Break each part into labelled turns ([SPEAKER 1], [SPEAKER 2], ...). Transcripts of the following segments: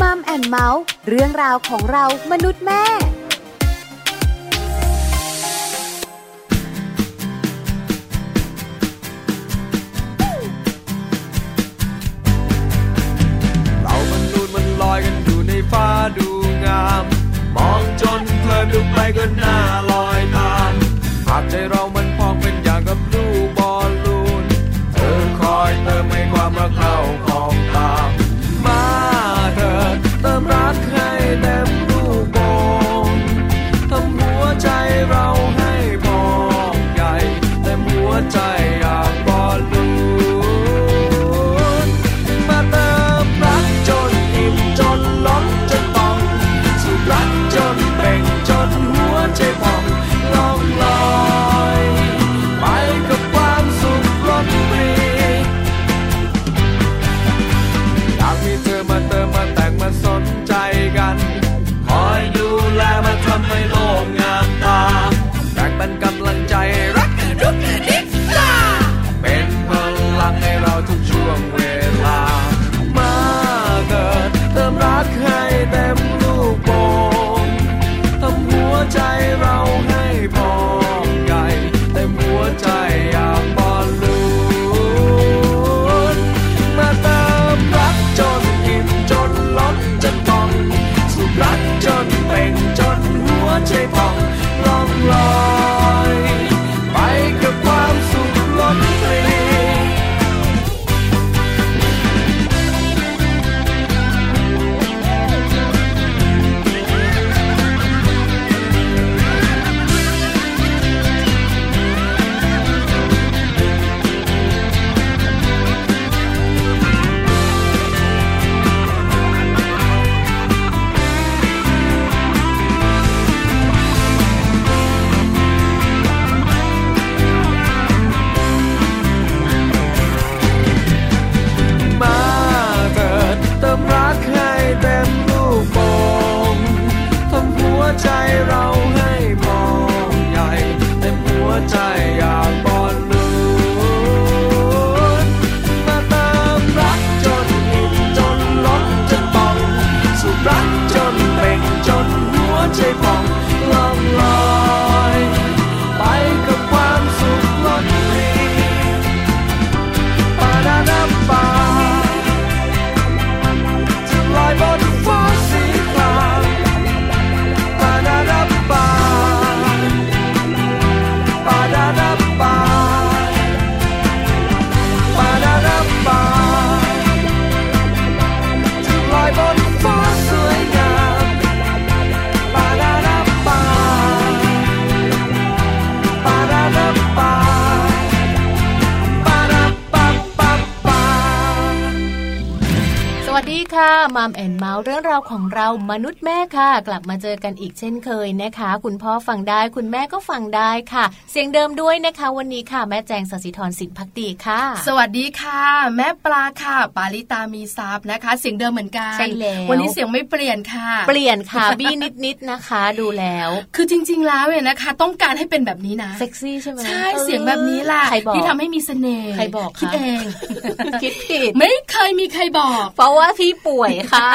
[SPEAKER 1] มัมแอนเมาส์เรื่องราวของเรามนุษย์แม่
[SPEAKER 2] เรามันนูนมันลอยกันอยู่ในฟ้าดูงาม มองจนเธอดูไปก็น่าลอยตามหากใจเรามันพองเป็นอย่างกับลูกบอลลูน เธอคอยเติมให้ความรักเราของตาม มาเธอเติมรักให้เต็มลูกโป่งทำหัวใจเราให้พองใหญ่เต็มหัวใจอย่างบอลลูน มาเติมรักจนอิ่มจนล้นจนป่องสุดรักจนเป่งจนหัวใจป่องล่องลอยไปกับความสุขล้นปรี อยากมีเธอมาเติมมาแต่งมาสนใจกัน คอยดูแลมาทำให้โลกงามตาแบ่งเป็นกำลังใจให้รักกันรุกกันนิดลาเป็นพลังให้เราทุกช่วงเวลา มาเกิดเติมรักให้เต็มลูกโป่งทำหัวใจเราให้พองใหญ่เต็มหัวใจอย่างบอลลูน มาเติมรักจนอิ่มจนล้นจนป่อง สุดรักจนเป่งจนหัวใจป่องล่องลอยไปกับความสุขล้นปรี มาเถิดเติมรักให้เต็มลูกโป่งทำหัวใจเราให้มองใหญ่เต็มหัวใจอย่างบอลลูนมาเติมรักจนอิ่มจนล้นจนป่อง สุดรักจนเป่งจนหัวใจป่องล่องลอย ไปกับความสุขล้นปรี ปาดาดาปาจะลอยบนฟ้าสีครามปาดาดาปาปาดาดาปาปาดาดาปาจะลอยบนฟ้าสวยงามปาดาดาปาปาดาดาปา
[SPEAKER 3] สวัสดีค่ะมัมแอนเมาส์เรื่องราวของเรามนุษย์แม่ค่ะ กลับมาเจอกันอีกเช่นเคยนะคะ คุณพ่อฟังได้คุณแม่ก็ฟังได้ค่ะ เสียงเดิมด้วยนะคะ วันนี้ค่ะแม่แจงสศิธรสินพักดีค่ะ
[SPEAKER 4] สวัสดีค่ะ แม่ปลาค่ะ ปาลิตามีซับนะคะ เสียงเดิมเหมือนกัน
[SPEAKER 3] ใช่แล้ว
[SPEAKER 4] วันนี้เสียงไม่เปลี่ยนค่ะ
[SPEAKER 3] เปลี่ยนค่ะ บี้นิดๆนะคะดูแล้ว
[SPEAKER 4] คือจริง ๆ แล้วเนี่ยนะคะ ต้องการให้เป็นแบบนี้นะ
[SPEAKER 3] เซ็กซี่ใช่ไหม
[SPEAKER 4] ใช่
[SPEAKER 3] ออ
[SPEAKER 4] เสียงแบบนี้ล่ะ
[SPEAKER 3] ใครบอก
[SPEAKER 4] ที่ทำให้มีเสน่ห์
[SPEAKER 3] ใครบอกคะ
[SPEAKER 4] คิดเอง
[SPEAKER 3] คิดผิด
[SPEAKER 4] ไม่เคยมีใครบอก
[SPEAKER 3] เพราะว่าพี่ป่วยค่ะ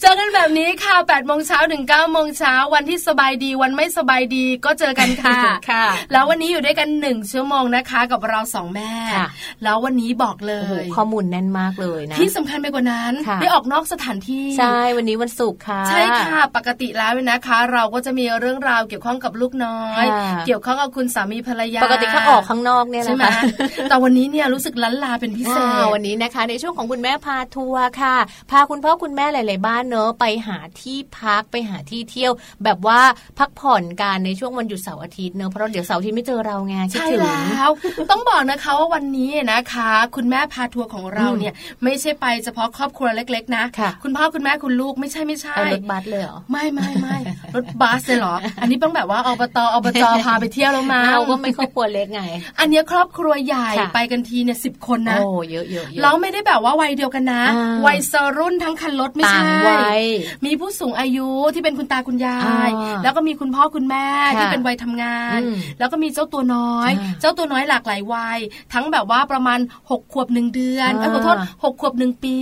[SPEAKER 4] เจอกันแบบนี้ค่ะ8โมงเช้าถึง9โมงเช้าวันที่สบายดีวันไม่สบายดีก็เจอกันค่ะ
[SPEAKER 3] ค่ะ
[SPEAKER 4] แล้ววันนี้อยู่ด้วยกันหนึ่งชั่วโมงนะคะ กับเราสองแม่
[SPEAKER 3] ค่ะ
[SPEAKER 4] แล้ววันนี้บอกเล
[SPEAKER 3] โอ้โห
[SPEAKER 4] ย
[SPEAKER 3] ข้อมูลแน่นมากเลยนะ
[SPEAKER 4] ที่สำคัญไปกว่านั้น
[SPEAKER 3] ค่ะ
[SPEAKER 4] ได้ออกนอกสถานที่
[SPEAKER 3] ใช่วันนี้วันศุกร์ค่ะ
[SPEAKER 4] ใช่ค่ะ ปกติแล้วเนี่ยนะคะ เราก็จะมีเรื่องราวเกี่ยวข้องกับลูกน้อย
[SPEAKER 3] ค่ะ
[SPEAKER 4] เกี่ยวข้องกับคุณสามีภรรยา
[SPEAKER 3] ปกติถ้าออกข้างนอกเนี่ย
[SPEAKER 4] ใช่
[SPEAKER 3] นะ
[SPEAKER 4] ไหม
[SPEAKER 3] คะ
[SPEAKER 4] แต่วันนี้เนี่ยรู้สึกล้านลาเป็นพิเศษ
[SPEAKER 3] อ่าวันนี้นะคะในช่วงของคุณแม่พาทัวร์ค่ะ พาคุณพ่อคุณแม่หลาย ๆ บ้านเนอะไปหาที่พักไปหาที่เที่ยว แบบว่าพักผ่อนกันในช่วงวันหยุดเสาร์อาทิตย์เนอะเพราะเดี๋ยวเสาร์อาทิตย์ไม่เจอเราไงคิด
[SPEAKER 4] ใช่
[SPEAKER 3] ถึง
[SPEAKER 4] แล้ว ต้องบอกนะคะว่าวันนี้นะคะ คุณแม่พาทัวร์ของเรา
[SPEAKER 3] อืม
[SPEAKER 4] เนี่ย ไม่ใช่ไปเฉพาะครอบครัวเล็ก ๆ นะ
[SPEAKER 3] ค่ะ
[SPEAKER 4] ณพ่อคุณแม่คุณลูกไม่ใช่ไม่ใช่
[SPEAKER 3] เอารถบัสเลยเหรอ
[SPEAKER 4] ไม่ไม่ไม่ รถบัสเลยเหรอ อันนี้ต้องแบบว่าอบตอบจพาไปเที่ยวแล้วมา
[SPEAKER 3] เราก็ไม่ครอบครัวเล็กไง
[SPEAKER 4] อันเนี้ยครอบครัวใหญ่
[SPEAKER 3] ค่ะ
[SPEAKER 4] ไปกันทีเนี่ยสิบคนนะ
[SPEAKER 3] โอ้เยอะเยอะเยอะ
[SPEAKER 4] เราไม่ได้แบบว่าวัยเดียวกันนะ
[SPEAKER 3] อ่า
[SPEAKER 4] วัยสรุ่นทั้งคันรถไม่
[SPEAKER 3] ต่าง
[SPEAKER 4] ใช่
[SPEAKER 3] วัย
[SPEAKER 4] มีผู้สูงอายุที่เป็นคุณตาคุณยาย
[SPEAKER 3] อ่า
[SPEAKER 4] แล้วก็มีคุณพ่อคุณแม่
[SPEAKER 3] ค่ะ
[SPEAKER 4] ที่เป็นวัยทำงาน
[SPEAKER 3] อืม
[SPEAKER 4] แล้วก็มีเจ้าตัวน้อย
[SPEAKER 3] อ่า
[SPEAKER 4] เจ้าตัวน้อยหลากหลายวัย ทั้งแบบว่าประมาณ6ขวบหนึ่งเดือนเอ้ยข
[SPEAKER 3] อ่า
[SPEAKER 4] อโทษหกขวบหนึ่งปี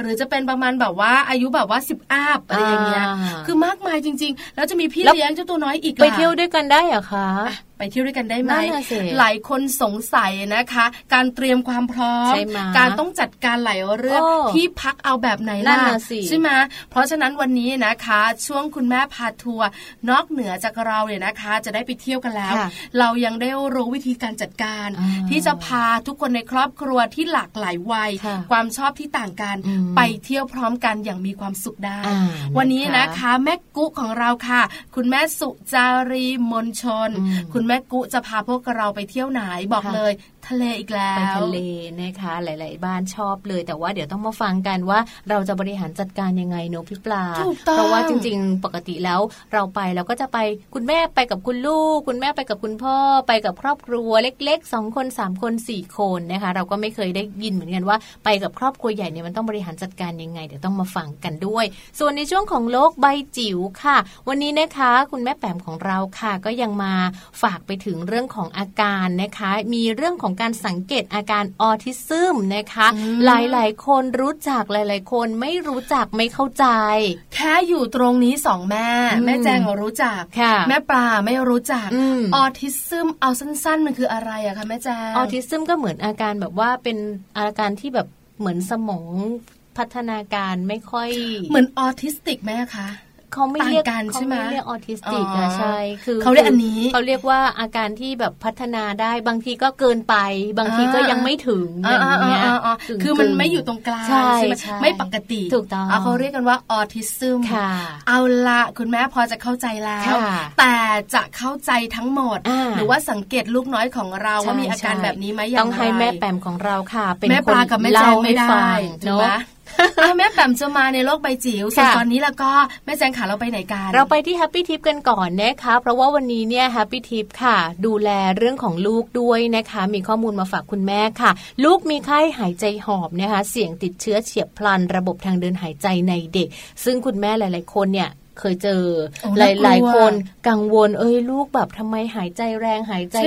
[SPEAKER 4] หรือจะเป็นประมาณแบบว่าอายุแบบว่า10อัพอะไรอย่างเงี้ย
[SPEAKER 3] อ่า
[SPEAKER 4] คือมากมายจริง ๆ แล้วจะมีพี่
[SPEAKER 3] แล้ว
[SPEAKER 4] เลี้ยงเจ้าตัวน้อยอีก
[SPEAKER 3] ไป
[SPEAKER 4] ล่ะ
[SPEAKER 3] เที่ยวด้วยกันได้เหรอคะ
[SPEAKER 4] ไปเที่ยวด้วยกันได้ไหม
[SPEAKER 3] นั่นน่ะสิ
[SPEAKER 4] หลายคนสงสัยนะคะ การเตรียมความพร้อม
[SPEAKER 3] ใช่ไหม
[SPEAKER 4] การต้องจัดการหลายเรื่อง
[SPEAKER 3] โอ้
[SPEAKER 4] ที่พักเอาแบบไหน
[SPEAKER 3] นั่
[SPEAKER 4] ล่ะ
[SPEAKER 3] นน่ะสิ
[SPEAKER 4] ใช่ไหมเพราะฉะนั้นวันนี้นะคะ ช่วงคุณแม่พาทัวร์นอกเหนือจากเราเนี่ยนะคะ จะได้ไปเที่ยวกันแล้ว
[SPEAKER 3] ค่ะ
[SPEAKER 4] เรายังได้รู้วิธีการจัดการ
[SPEAKER 3] อ่า
[SPEAKER 4] ที่จะพาทุกคนในครอบครัวที่หลากหลายวัย
[SPEAKER 3] ค่ะ
[SPEAKER 4] ความชอบที่ต่างกัน
[SPEAKER 3] อืม
[SPEAKER 4] ไปเที่ยวพร้อมกันอย่างมีความสุขได้
[SPEAKER 3] อ่า
[SPEAKER 4] วันนี้
[SPEAKER 3] นะ
[SPEAKER 4] นะคะ คะ ค่ะแม่กุ๊ของเราค่ะ คุณแม่สุจารีมนชน
[SPEAKER 3] อืม
[SPEAKER 4] คุณแม่กุจะพาพวกเราไปเที่ยวไหนบอกเลย ทะเลอีกแล้ว
[SPEAKER 3] ไปทะเลนะคะ หลาย ๆ บ้านชอบเลย แต่ว่าเดี๋ยวต้องมาฟังกันว่าเราจะบริหารจัดการยังไงเนอะพี่ปลา
[SPEAKER 4] ถูกต้อง
[SPEAKER 3] เพราะว่าจริง ๆ ปกติแล้วเราไปเราก็จะไปคุณแม่ไปกับคุณลูก คุณแม่ไปกับคุณพ่อ ไปกับครอบครัวเล็ก ๆ 2 คน 3 คน 4 คนนะคะ เราก็ไม่เคยได้ยินเหมือนกันว่าไปกับครอบครัวใหญ่เนี่ยมันต้องบริหารจัดการยังไง เดี๋ยวต้องมาฟังกันด้วย ส่วนในช่วงของโลกใบจิ๋วค่ะ วันนี้นะคะ คุณแม่แปมของเราค่ะ ก็ยังมาฝากไปถึงเรื่องของอาการนะคะ มีเรื่องของการสังเกตอาการออทิซึมนะคะ หลาย ๆ คนรู้จักหลาย ๆ คนไม่รู้จักไม่เข้าใจ
[SPEAKER 4] แค่อยู่ตรงนี้สองแม่
[SPEAKER 3] อืม
[SPEAKER 4] แม่แจงรู้จัก
[SPEAKER 3] ค่ะ
[SPEAKER 4] แม่ปลาไม่รู้จัก
[SPEAKER 3] อืม
[SPEAKER 4] ออทิซึมเอาสั้นๆ มันคืออะไรอะคะแม่แจง
[SPEAKER 3] ออทิซึมก็เหมือนอาการแบบว่าเป็นอาการที่แบบเหมือนสมองพัฒนาการไม่ค่อย
[SPEAKER 4] เหมือนออทิสติกไหมอะคะ
[SPEAKER 3] เขาไม่เรียก
[SPEAKER 4] ต่างกันใช่ไหม
[SPEAKER 3] เขาเรียกออทิสติก
[SPEAKER 4] อ๋อ
[SPEAKER 3] อะใช่คือ
[SPEAKER 4] เขาเรียกอันนี้
[SPEAKER 3] เขาเรียกว่าอาการที่แบบพัฒนาได้บางทีก็เกินไป บางทีก็
[SPEAKER 4] อ่ายั
[SPEAKER 3] ยังไม่ถึงอ
[SPEAKER 4] อ่า
[SPEAKER 3] ย่างเงี้ย
[SPEAKER 4] อ่าอ่า
[SPEAKER 3] ถึง
[SPEAKER 4] คือมัน
[SPEAKER 3] ถึ
[SPEAKER 4] ไม่อยู่ตรงกลาง
[SPEAKER 3] ใช่
[SPEAKER 4] ไหม
[SPEAKER 3] ใช่
[SPEAKER 4] ไม่ปกติ
[SPEAKER 3] ถูกต้อง
[SPEAKER 4] ะเขาเรียกกันว่าออทิซึม
[SPEAKER 3] ค่ะ
[SPEAKER 4] เอาละคุณแม่พอจะเข้าใจแล้ว
[SPEAKER 3] ค่ะ
[SPEAKER 4] แต่จะเข้าใจทั้งหมด
[SPEAKER 3] อ่า
[SPEAKER 4] หรือว่าสังเกตลูกน้อยของเรา
[SPEAKER 3] ใช่
[SPEAKER 4] ว่ามีอาการ
[SPEAKER 3] ใช่
[SPEAKER 4] แบบนี้ไหมอย่างไร
[SPEAKER 3] ต้องให้แม่แปมของเราค่ะ เป็น
[SPEAKER 4] แม่
[SPEAKER 3] ค
[SPEAKER 4] ป
[SPEAKER 3] น
[SPEAKER 4] ลากับแม่แจ
[SPEAKER 3] เล่าง ให้
[SPEAKER 4] ไม่ได้
[SPEAKER 3] ฟัง
[SPEAKER 4] ถูกไหม
[SPEAKER 3] เนาะ
[SPEAKER 4] อ่ะแม่แปมจะมาในโลกใบจิ๋วส่วน
[SPEAKER 3] ค่ะ
[SPEAKER 4] ตอนนี้แล้วก็แม่แจงขาเราไปไหนกัน
[SPEAKER 3] เราไปที่แฮปปี้ทิปกันก่อนนะคะ เพราะว่าวันนี้เนี่ยแฮปปี้ทิปค่ะ ดูแลเรื่องของลูกด้วยนะคะ มีข้อมูลมาฝากคุณแม่ค่ะ ลูกมีไข้หายใจหอบนะคะ เสี่ยงติดเชื้อเฉียบพลัน ระบบทางเดินหายใจในเด็ก ซึ่งคุณแม่หลาย ๆ คนเนี่ยเคยเจอ หลาย ๆ คนกังวลเอ้ยลูกแบบทำไมหายใจแรงหายใจดังใ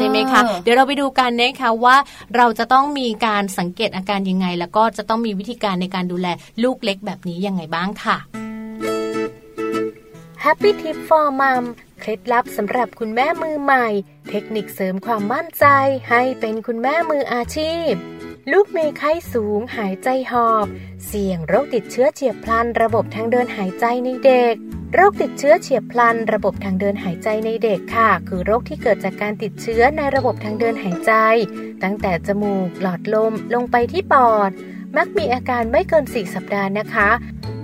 [SPEAKER 3] ช่ไหมคะ เดี๋ยวเราไปดูกันนะคะว่าเราจะต้องมีการสังเกตอาการยังไง แล้วก็จะต้องมีวิธีการในการดูแลลูกเล็กแบบนี้ยังไงบ้างค่ะ Happy Tip for Mom เคล็ดลับสำหรับคุณแม่มือใหม่ เทคนิคเสริมความมั่นใจ ให้เป็นคุณแม่มืออาชีพ ลูกมีไข้สูงหายใจหอบ เสี่ยงโรคติดเชื้อเฉียบพลัน ระบบทางเดินหายใจในเด็ก โรคติดเชื้อเฉียบพลัน ระบบทางเดินหายใจในเด็กค่ะ คือโรคที่เกิดจากการติดเชื้อในระบบทางเดินหายใจ ตั้งแต่จมูกหลอดลมลงไปที่ปอด มักมีอาการไม่เกิน 4 สัปดาห์นะคะ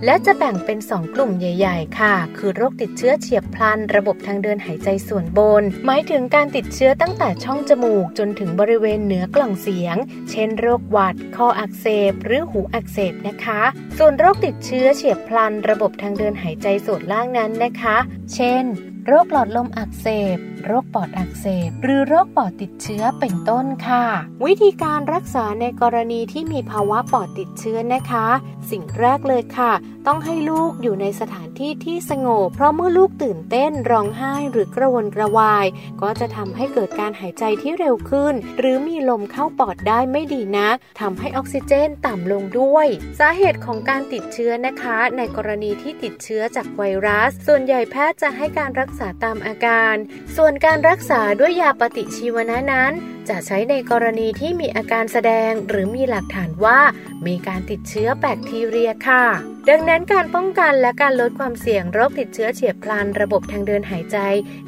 [SPEAKER 3] และจะแบ่งเป็น 2 กลุ่มใหญ่ ๆ ค่ะ คือโรคติดเชื้อเฉียบพลัน ระบบทางเดินหายใจส่วนบน หมายถึงการติดเชื้อตั้งแต่ช่องจมูกจนถึงบริเวณเหนือกล่องเสียง เช่นโรคหวัด คออักเสบ หรือหูอักเสบนะคะ ส่วนโรคติดเชื้อเฉียบพลัน ระบบทางเดินหายใจส่วนล่างนั้นนะคะ เช่น โรคหลอดลมอักเสบ โรคปอดอักเสบ หรือโรคปอดติดเชื้อเป็นต้นค่ะ วิธีการรักษาในกรณีที่มีภาวะปอดติดเชื้อนะคะ สิ่งแรกเลยค่ะ ต้องให้ลูกอยู่ในสถานที่ที่สงบ เพราะเมื่อลูกตื่นเต้นร้องไห้หรือกระวนกระวาย ก็จะทำให้เกิดการหายใจที่เร็วขึ้น หรือมีลมเข้าปอดได้ไม่ดีนะทำให้ออกซิเจนต่ำลงด้วย สาเหตุของการติดเชื้อนะคะ ในกรณีที่ติดเชื้อจากไวรัส ส่วนใหญ่แพทย์จะให้การรักษาตามอาการ ส่วนการรักษาด้วยยาปฏิชีวนะนั้น จะใช้ในกรณีที่มีอาการแสดงหรือมีหลักฐานว่า มีการติดเชื้อแบคทีเรียค่ะ ดังนั้นการป้องกันและการลดความเสี่ยงโรคติดเชื้อเฉียบพลัน ระบบทางเดินหายใจ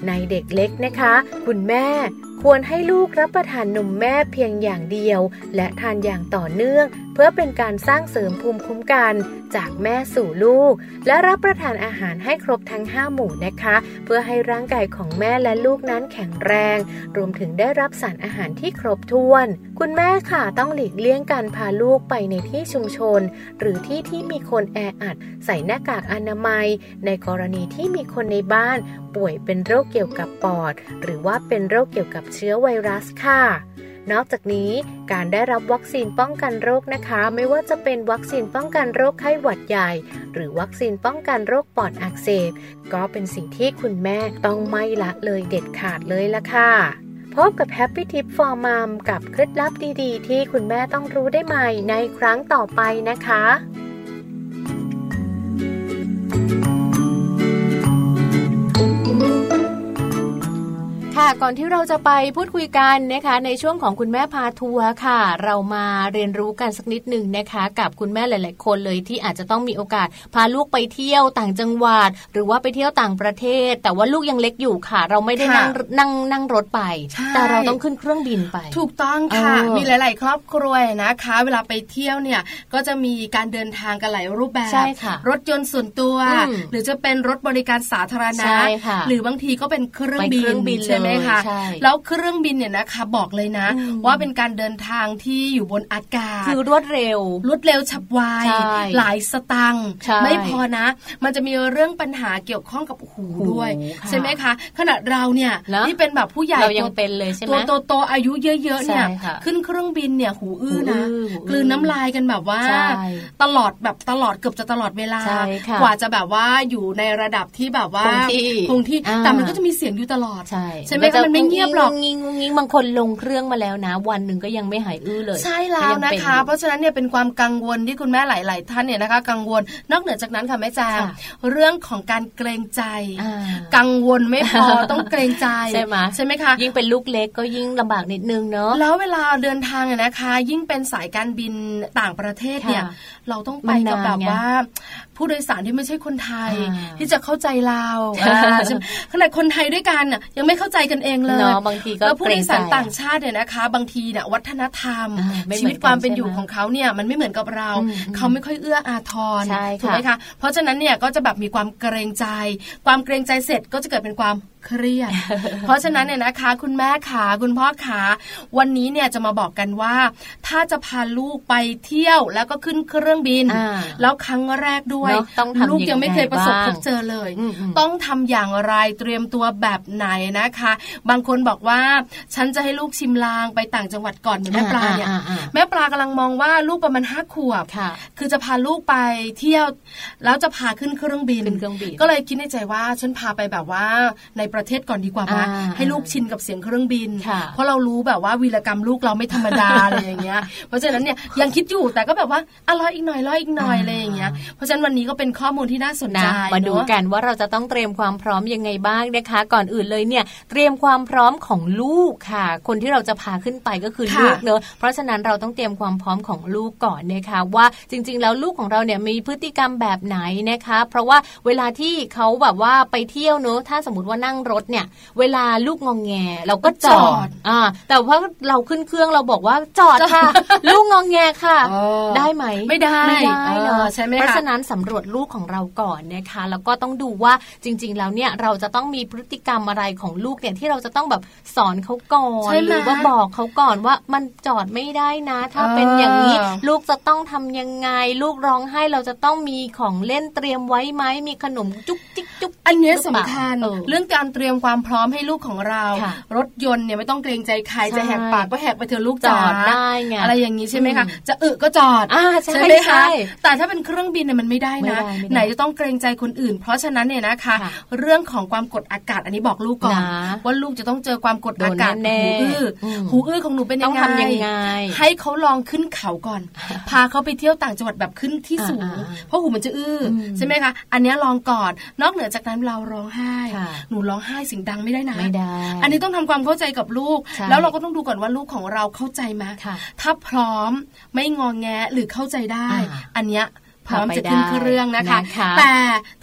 [SPEAKER 3] ในเด็กเล็กนะคะ คุณแม่ ควรให้ลูกรับประทานนมแม่เพียงอย่างเดียว และทานอย่างต่อเนื่อง เพื่อเป็นการสร้างเสริมภูมิคุ้มกัน จากแม่สู่ลูก และรับประทานอาหารให้ครบทั้ง 5 หมู่นะคะ เพื่อให้ร่างกายของแม่และลูกนั้นแข็งแรง รวมถึงได้รับสารอาหารที่ครบถ้วน คุณแม่ค่ะต้องหลีกเลี่ยงการพาลูกไปในที่ชุมชน หรือที่ที่มีคนแออัด ใส่หน้ากากอนามัย ในกรณีที่มีคนในบ้าน ป่วยเป็นโรคเกี่ยวกับปอด หรือว่าเป็นโรคเกี่ยวกับเชื้อไวรัสค่ะ
[SPEAKER 5] นอกจากนี้การได้รับวัคซีนป้องกันโรคนะคะ ไม่ว่าจะเป็นวัคซีนป้องกันโรคไข้หวัดใหญ่ หรือวัคซีนป้องกันโรคปอดอักเสบ ก็เป็นสิ่งที่คุณแม่ต้องไม่ละเลยเด็ดขาดเลยละค่ะ พบกับ Happy Tip for Mom กับเคล็ดลับดีๆ ที่คุณแม่ต้องรู้ได้ใหม่ในครั้งต่อไปนะคะ
[SPEAKER 3] ค่ะก่อนที่เราจะไปพูดคุยกันนะคะ ในช่วงของคุณแม่พาทัวร์ค่ะ เรามาเรียนรู้กันสักนิดหนึ่งนะคะ กับคุณแม่หลาย ๆ คนเลยที่อาจจะต้องมีโอกาสพาลูกไปเที่ยวต่างจังหวัด หรือว่าไปเที่ยวต่างประเทศ แต่ว่าลูกยังเล็กอยู่ค่ะ เราไม่ได้
[SPEAKER 4] ค่ะ
[SPEAKER 3] นั่งนั่งนั่งรถไป
[SPEAKER 4] ใช่
[SPEAKER 3] แต่เราต้องขึ้นเครื่องบินไป
[SPEAKER 4] ถูกต้องค่ะ
[SPEAKER 3] เออ
[SPEAKER 4] มีหลาย ๆ ครอบครัวนะคะ เวลาไปเที่ยวเนี่ยก็จะมีการเดินทางกันหลายรูปแบบ
[SPEAKER 3] ใช่ค่ะ
[SPEAKER 4] รถยนต์ส่วนตัว
[SPEAKER 3] อืม
[SPEAKER 4] หรือจะเป็นรถบริการสาธารณะ
[SPEAKER 3] ใช่ค่ะ
[SPEAKER 4] หรือบางทีก็เป็นเครื่อง
[SPEAKER 3] ไป
[SPEAKER 4] บิ
[SPEAKER 3] เคนรื่องบิน
[SPEAKER 4] ใช่ไหม
[SPEAKER 3] เลย
[SPEAKER 4] คะ
[SPEAKER 3] ใช่
[SPEAKER 4] แล้วเครื่องบินเนี่ยนะคะบอกเลยนะ
[SPEAKER 3] อืม
[SPEAKER 4] ว่าเป็นการเดินทางที่อยู่บนอากาศ
[SPEAKER 3] คือรวดเร็ว
[SPEAKER 4] รวดเร็วฉับไว
[SPEAKER 3] ใช่
[SPEAKER 4] หลายสตังค์
[SPEAKER 3] ใช่
[SPEAKER 4] ไม่พอนะ มันจะมีเรื่องปัญหาเกี่ยวข้องกับหู
[SPEAKER 3] หู
[SPEAKER 4] ด้วย
[SPEAKER 3] ค่ะ
[SPEAKER 4] ใช่ไหมคะ ขนาดเราเนี่ย
[SPEAKER 3] เนอะ
[SPEAKER 4] ที่เป็นแบบผู้ใหญ่
[SPEAKER 3] เรายัง
[SPEAKER 4] ตัว
[SPEAKER 3] เป็นเลยใช่ไหม
[SPEAKER 4] ตัวโตๆอายุเยอะๆเนี่ย
[SPEAKER 3] ใช่ค่ะ
[SPEAKER 4] ขึ้นเครื่องบินเนี่ยหูอื้อนะ
[SPEAKER 3] หูอื้อหูอื้อก
[SPEAKER 4] ลืนน้ำลายกันแบบว่า
[SPEAKER 3] ใช่
[SPEAKER 4] ตลอดแบบตลอดเกือบจะตลอดเวลา
[SPEAKER 3] ใช่ค่ะ
[SPEAKER 4] กว่าจะแบบว่าอยู่ในระดับที่แบบว่า
[SPEAKER 3] คงที่
[SPEAKER 4] คงที่
[SPEAKER 3] อ่า
[SPEAKER 4] แต่มันก็จะมีเสียงอยู่ตลอด
[SPEAKER 3] ใช่
[SPEAKER 4] ใช่ไหมคะมันไม่เงียบหรอก
[SPEAKER 3] งิงงงงิงบางคนลงเครื่องมาแล้วนะ วันหนึ่งก็ยังไม่หายอื้อเลย
[SPEAKER 4] ใช่แล้ว
[SPEAKER 3] ยัง
[SPEAKER 4] นะ
[SPEAKER 3] เป็อ
[SPEAKER 4] คะ
[SPEAKER 3] ยู่
[SPEAKER 4] เพราะฉะนั้นเนี่ยเป็นความกังวลที่คุณแม่หลาย ๆ ท่านเนี่ยนะคะ กังวล นอกเหนือจากนั้นค่ะแม่แจง
[SPEAKER 3] ค่ะ
[SPEAKER 4] เรื่องของการเกรงใจ
[SPEAKER 3] อ่า
[SPEAKER 4] กังวลไม่พอ ต้องเกรงใจ
[SPEAKER 3] ใช่ไหม
[SPEAKER 4] ใช่ไหมคะ
[SPEAKER 3] ยิ่งเป็นลูกเล็กก็ยิ่งลำบากนิดนึงเนาะ
[SPEAKER 4] แล้วเวลาเดินทางเนี่ยนะคะ ยิ่งเป็นสายการบินต่างประเทศเนี่ย
[SPEAKER 3] ค่ะ
[SPEAKER 4] เราต้องไป
[SPEAKER 3] มันนาน
[SPEAKER 4] กับแบบ
[SPEAKER 3] ไง
[SPEAKER 4] ว่า ผู้โดยสารที่ไม่ใช่คนไทย
[SPEAKER 3] อ่า
[SPEAKER 4] ที่จะเข้าใจเราอ่ าใช่ไหมขนาดคนไทยด้วยกันน่ะยังไม่เข้าใจกันเองเลย
[SPEAKER 3] เนอะบางทีก็
[SPEAKER 4] แล้วผู้โดยสาร
[SPEAKER 3] เกรงใจ
[SPEAKER 4] ต่างชาติเนี่ยนะคะ บางทีเนี่ยวัฒนธรรม
[SPEAKER 3] อ่าไม่เหมือนกัน
[SPEAKER 4] ชีวิตความเป็นอยู่
[SPEAKER 3] ใช่ไหม
[SPEAKER 4] ของเขาเนี่ยมันไม่เหมือนกับเรา
[SPEAKER 3] อืม
[SPEAKER 4] เขาไม่ค่อยเอื้ออาทร
[SPEAKER 3] ใช่ค่ะ
[SPEAKER 4] ถูกไหมคะเพราะฉะนั้นเนี่ยก็จะแบบมีความเกรงใจ ความเกรงใจเสร็จก็จะเกิดเป็นความเครี ยด เพราะฉะนั้นเนี่ยนะคะ คุณแม่ขาคุณพ่อขาวันนี้เนี่ยจะมาบอกกันว่า ถ้าจะพาลูกไปเที่ยวแล้วก็ขึ้นเครื่องบิน
[SPEAKER 3] อ่า
[SPEAKER 4] แล้วครั้งแรกด้วย
[SPEAKER 3] เนอะต้องทำ
[SPEAKER 4] ลูกยังไม่เคยประสบ
[SPEAKER 3] ยังไง
[SPEAKER 4] พ
[SPEAKER 3] บ้าง
[SPEAKER 4] บเจอเลย
[SPEAKER 3] อืมๆ
[SPEAKER 4] ต้องทำอย่างไรเตรียมตัวแบบไหนนะคะ บางคนบอกว่า ฉันจะให้ลูกชิมลางไปต่างจังหวัดก่อนเหมือนแม่ปลาเนี่ย
[SPEAKER 3] อ่าอ่าอ่า
[SPEAKER 4] แม่ปลากำลังมองว่าลูกประมาณห้าขวบ
[SPEAKER 3] ค่ะ
[SPEAKER 4] คือจะพาลูกไปเที่ยว แล้วจะพาขึ้นเครื่องบิน
[SPEAKER 3] ขึ้นเครื่องบิน
[SPEAKER 4] ก็เลยคิดในใจว่าฉันพาไปแบบว่าในประเทศก่อนดีกว่าไหม
[SPEAKER 3] อ่า
[SPEAKER 4] ให้ลูกชินกับเสียงเครื่องบิน
[SPEAKER 3] ค่ะ
[SPEAKER 4] เพราะเรารู้แบบว่าวีรกรรมลูกเราไม่ธรรมดา อะไรอย่าง เงี้ย เพราะฉะนั้นเนี่ยยังคิดอยู่แต่ก็แบบว่าอ่ะรออีกหน่อยรออีกหน่อย
[SPEAKER 3] อ่า
[SPEAKER 4] อะไรอย่างเงี้ยเพราะฉะนั้นวันนี้ก็เป็นข้อมูลที่น่าสนใจ
[SPEAKER 3] นะมาดู
[SPEAKER 4] เอะ
[SPEAKER 3] กันว่าเราจะต้องเตรียมความพร้อมยังไงบ้างนะคะ ก่อนอื่นเลยเนี่ย เตรียมความพร้อมของลูกค่ะ คนที่เราจะพาขึ้นไปก็คือ
[SPEAKER 4] ค่ะ
[SPEAKER 3] ลูกเนอะเพราะฉะนั้นเราต้องเตรียมความพร้อมของลูกก่อนนะคะ ว่าจริง ๆ แล้วลูกของเราเนี่ยมีพฤติกรรมแบบไหนนะคะ เพราะว่าเวลาที่เขาแบบว่าไปเที่ยวเนอะถ้าสมมติว่านั่งรถเนี่ย เวลาลูกงองแงเราก็จอ
[SPEAKER 4] จอ
[SPEAKER 3] ด
[SPEAKER 4] ด
[SPEAKER 3] อ่าแต่ว่าเราขึ้นเครื่องเราบอกว่าจอดค่ะ ลูกงองแงค่ะ
[SPEAKER 4] เออ
[SPEAKER 3] ได้ไหม
[SPEAKER 4] ไม่ได้
[SPEAKER 3] ไม่ได้เนอะ
[SPEAKER 4] เออใช่ไหม
[SPEAKER 3] เพราะ
[SPEAKER 4] คะ
[SPEAKER 3] ฉะ นั้นสำรวจลูกของเราก่อนนะคะ แล้วก็ต้องดูว่าจริง ๆ แล้วเนี่ยเราจะต้องมีพฤติกรรมอะไรของลูกเนี่ยที่เราจะต้องแบบสอนเขาก่อน
[SPEAKER 4] ใช่ไหม
[SPEAKER 3] หรือว่าบอกเขาก่อนว่ามันจอดไม่ได้นะ ถ้า
[SPEAKER 4] เออ
[SPEAKER 3] เป็นอย่างนี้ลูกจะต้องทำยังไง ลูกร้องไห้เราจะต้องมีของเล่นเตรียมไว้ไหมมีขนมจุ๊กจิ๊กจุ๊กจิ๊ก
[SPEAKER 4] อันเนี้ย
[SPEAKER 3] หรือ
[SPEAKER 4] สำ
[SPEAKER 3] เปล่า
[SPEAKER 4] คัญ
[SPEAKER 3] เออ
[SPEAKER 4] เรื่องการเตรียมความพร้อมให้ลูกของเรา
[SPEAKER 3] ค่ะ
[SPEAKER 4] รถยนต์เนี่ยไม่ต้องเกรงใจใคร
[SPEAKER 3] ใช่
[SPEAKER 4] จะแหกปากก็แหกไปเถอะลูก
[SPEAKER 3] จ
[SPEAKER 4] จ๋า
[SPEAKER 3] อดได้ไง
[SPEAKER 4] อะไรอย่างนี้ใช่ไหมคะ
[SPEAKER 3] อืม
[SPEAKER 4] จะอึก็จอด
[SPEAKER 3] อ่าใช่
[SPEAKER 4] ไหมคะ
[SPEAKER 3] ใช่
[SPEAKER 4] แต่ถ้าเป็นเครื่องบินเนี่ยมันไม่ได้นะ
[SPEAKER 3] ไม่ได้ไม่ได้
[SPEAKER 4] ไหนจะต้องเกรงใจคนอื่น เพราะฉะนั้นเนี่ยนะคะ
[SPEAKER 3] ค่ะ
[SPEAKER 4] เรื่องของความกดอากาศอันนี้บอกลูกก่อน
[SPEAKER 3] นะ
[SPEAKER 4] ว่าลูกจะต้องเจอความกดอากาศ
[SPEAKER 3] โดนแน่
[SPEAKER 4] หูอื้ออ
[SPEAKER 3] ม
[SPEAKER 4] หูอื้อของหนูเป็นยั
[SPEAKER 3] ต้อง ง
[SPEAKER 4] ไง
[SPEAKER 3] ทำยังไง
[SPEAKER 4] ให้เขาลองขึ้นเขาก่ อน พาเขาไปเที่ยวต่างจังหวัดแบบขึ้นที่สูง
[SPEAKER 3] อ่าอ่า
[SPEAKER 4] เพราะหูมันจะอื้ออ
[SPEAKER 3] ม
[SPEAKER 4] ใช่ไหมคะอันเนี้ยลองก่อน นอกเหนือจากนั้นเราร้องไห้
[SPEAKER 3] ค่ะ
[SPEAKER 4] หนูร้องไห้เสียงดังไม่ได้นะ
[SPEAKER 3] ไม่ได้
[SPEAKER 4] อันนี้ต้องทำความเข้าใจกับลูก
[SPEAKER 3] ใช่
[SPEAKER 4] แล้วเราก็ต้องดูก่อนว่าลูกของเราเข้าใจไหม
[SPEAKER 3] ค่ะ
[SPEAKER 4] ถ้าพร้อมไม่งองแงหรือเข้าใจได้
[SPEAKER 3] อ่า
[SPEAKER 4] อันเนี้ยพร้อม
[SPEAKER 3] พาไป
[SPEAKER 4] จะขึ้น
[SPEAKER 3] ได้
[SPEAKER 4] เครื่องนะคะ
[SPEAKER 3] นะคะ
[SPEAKER 4] แต่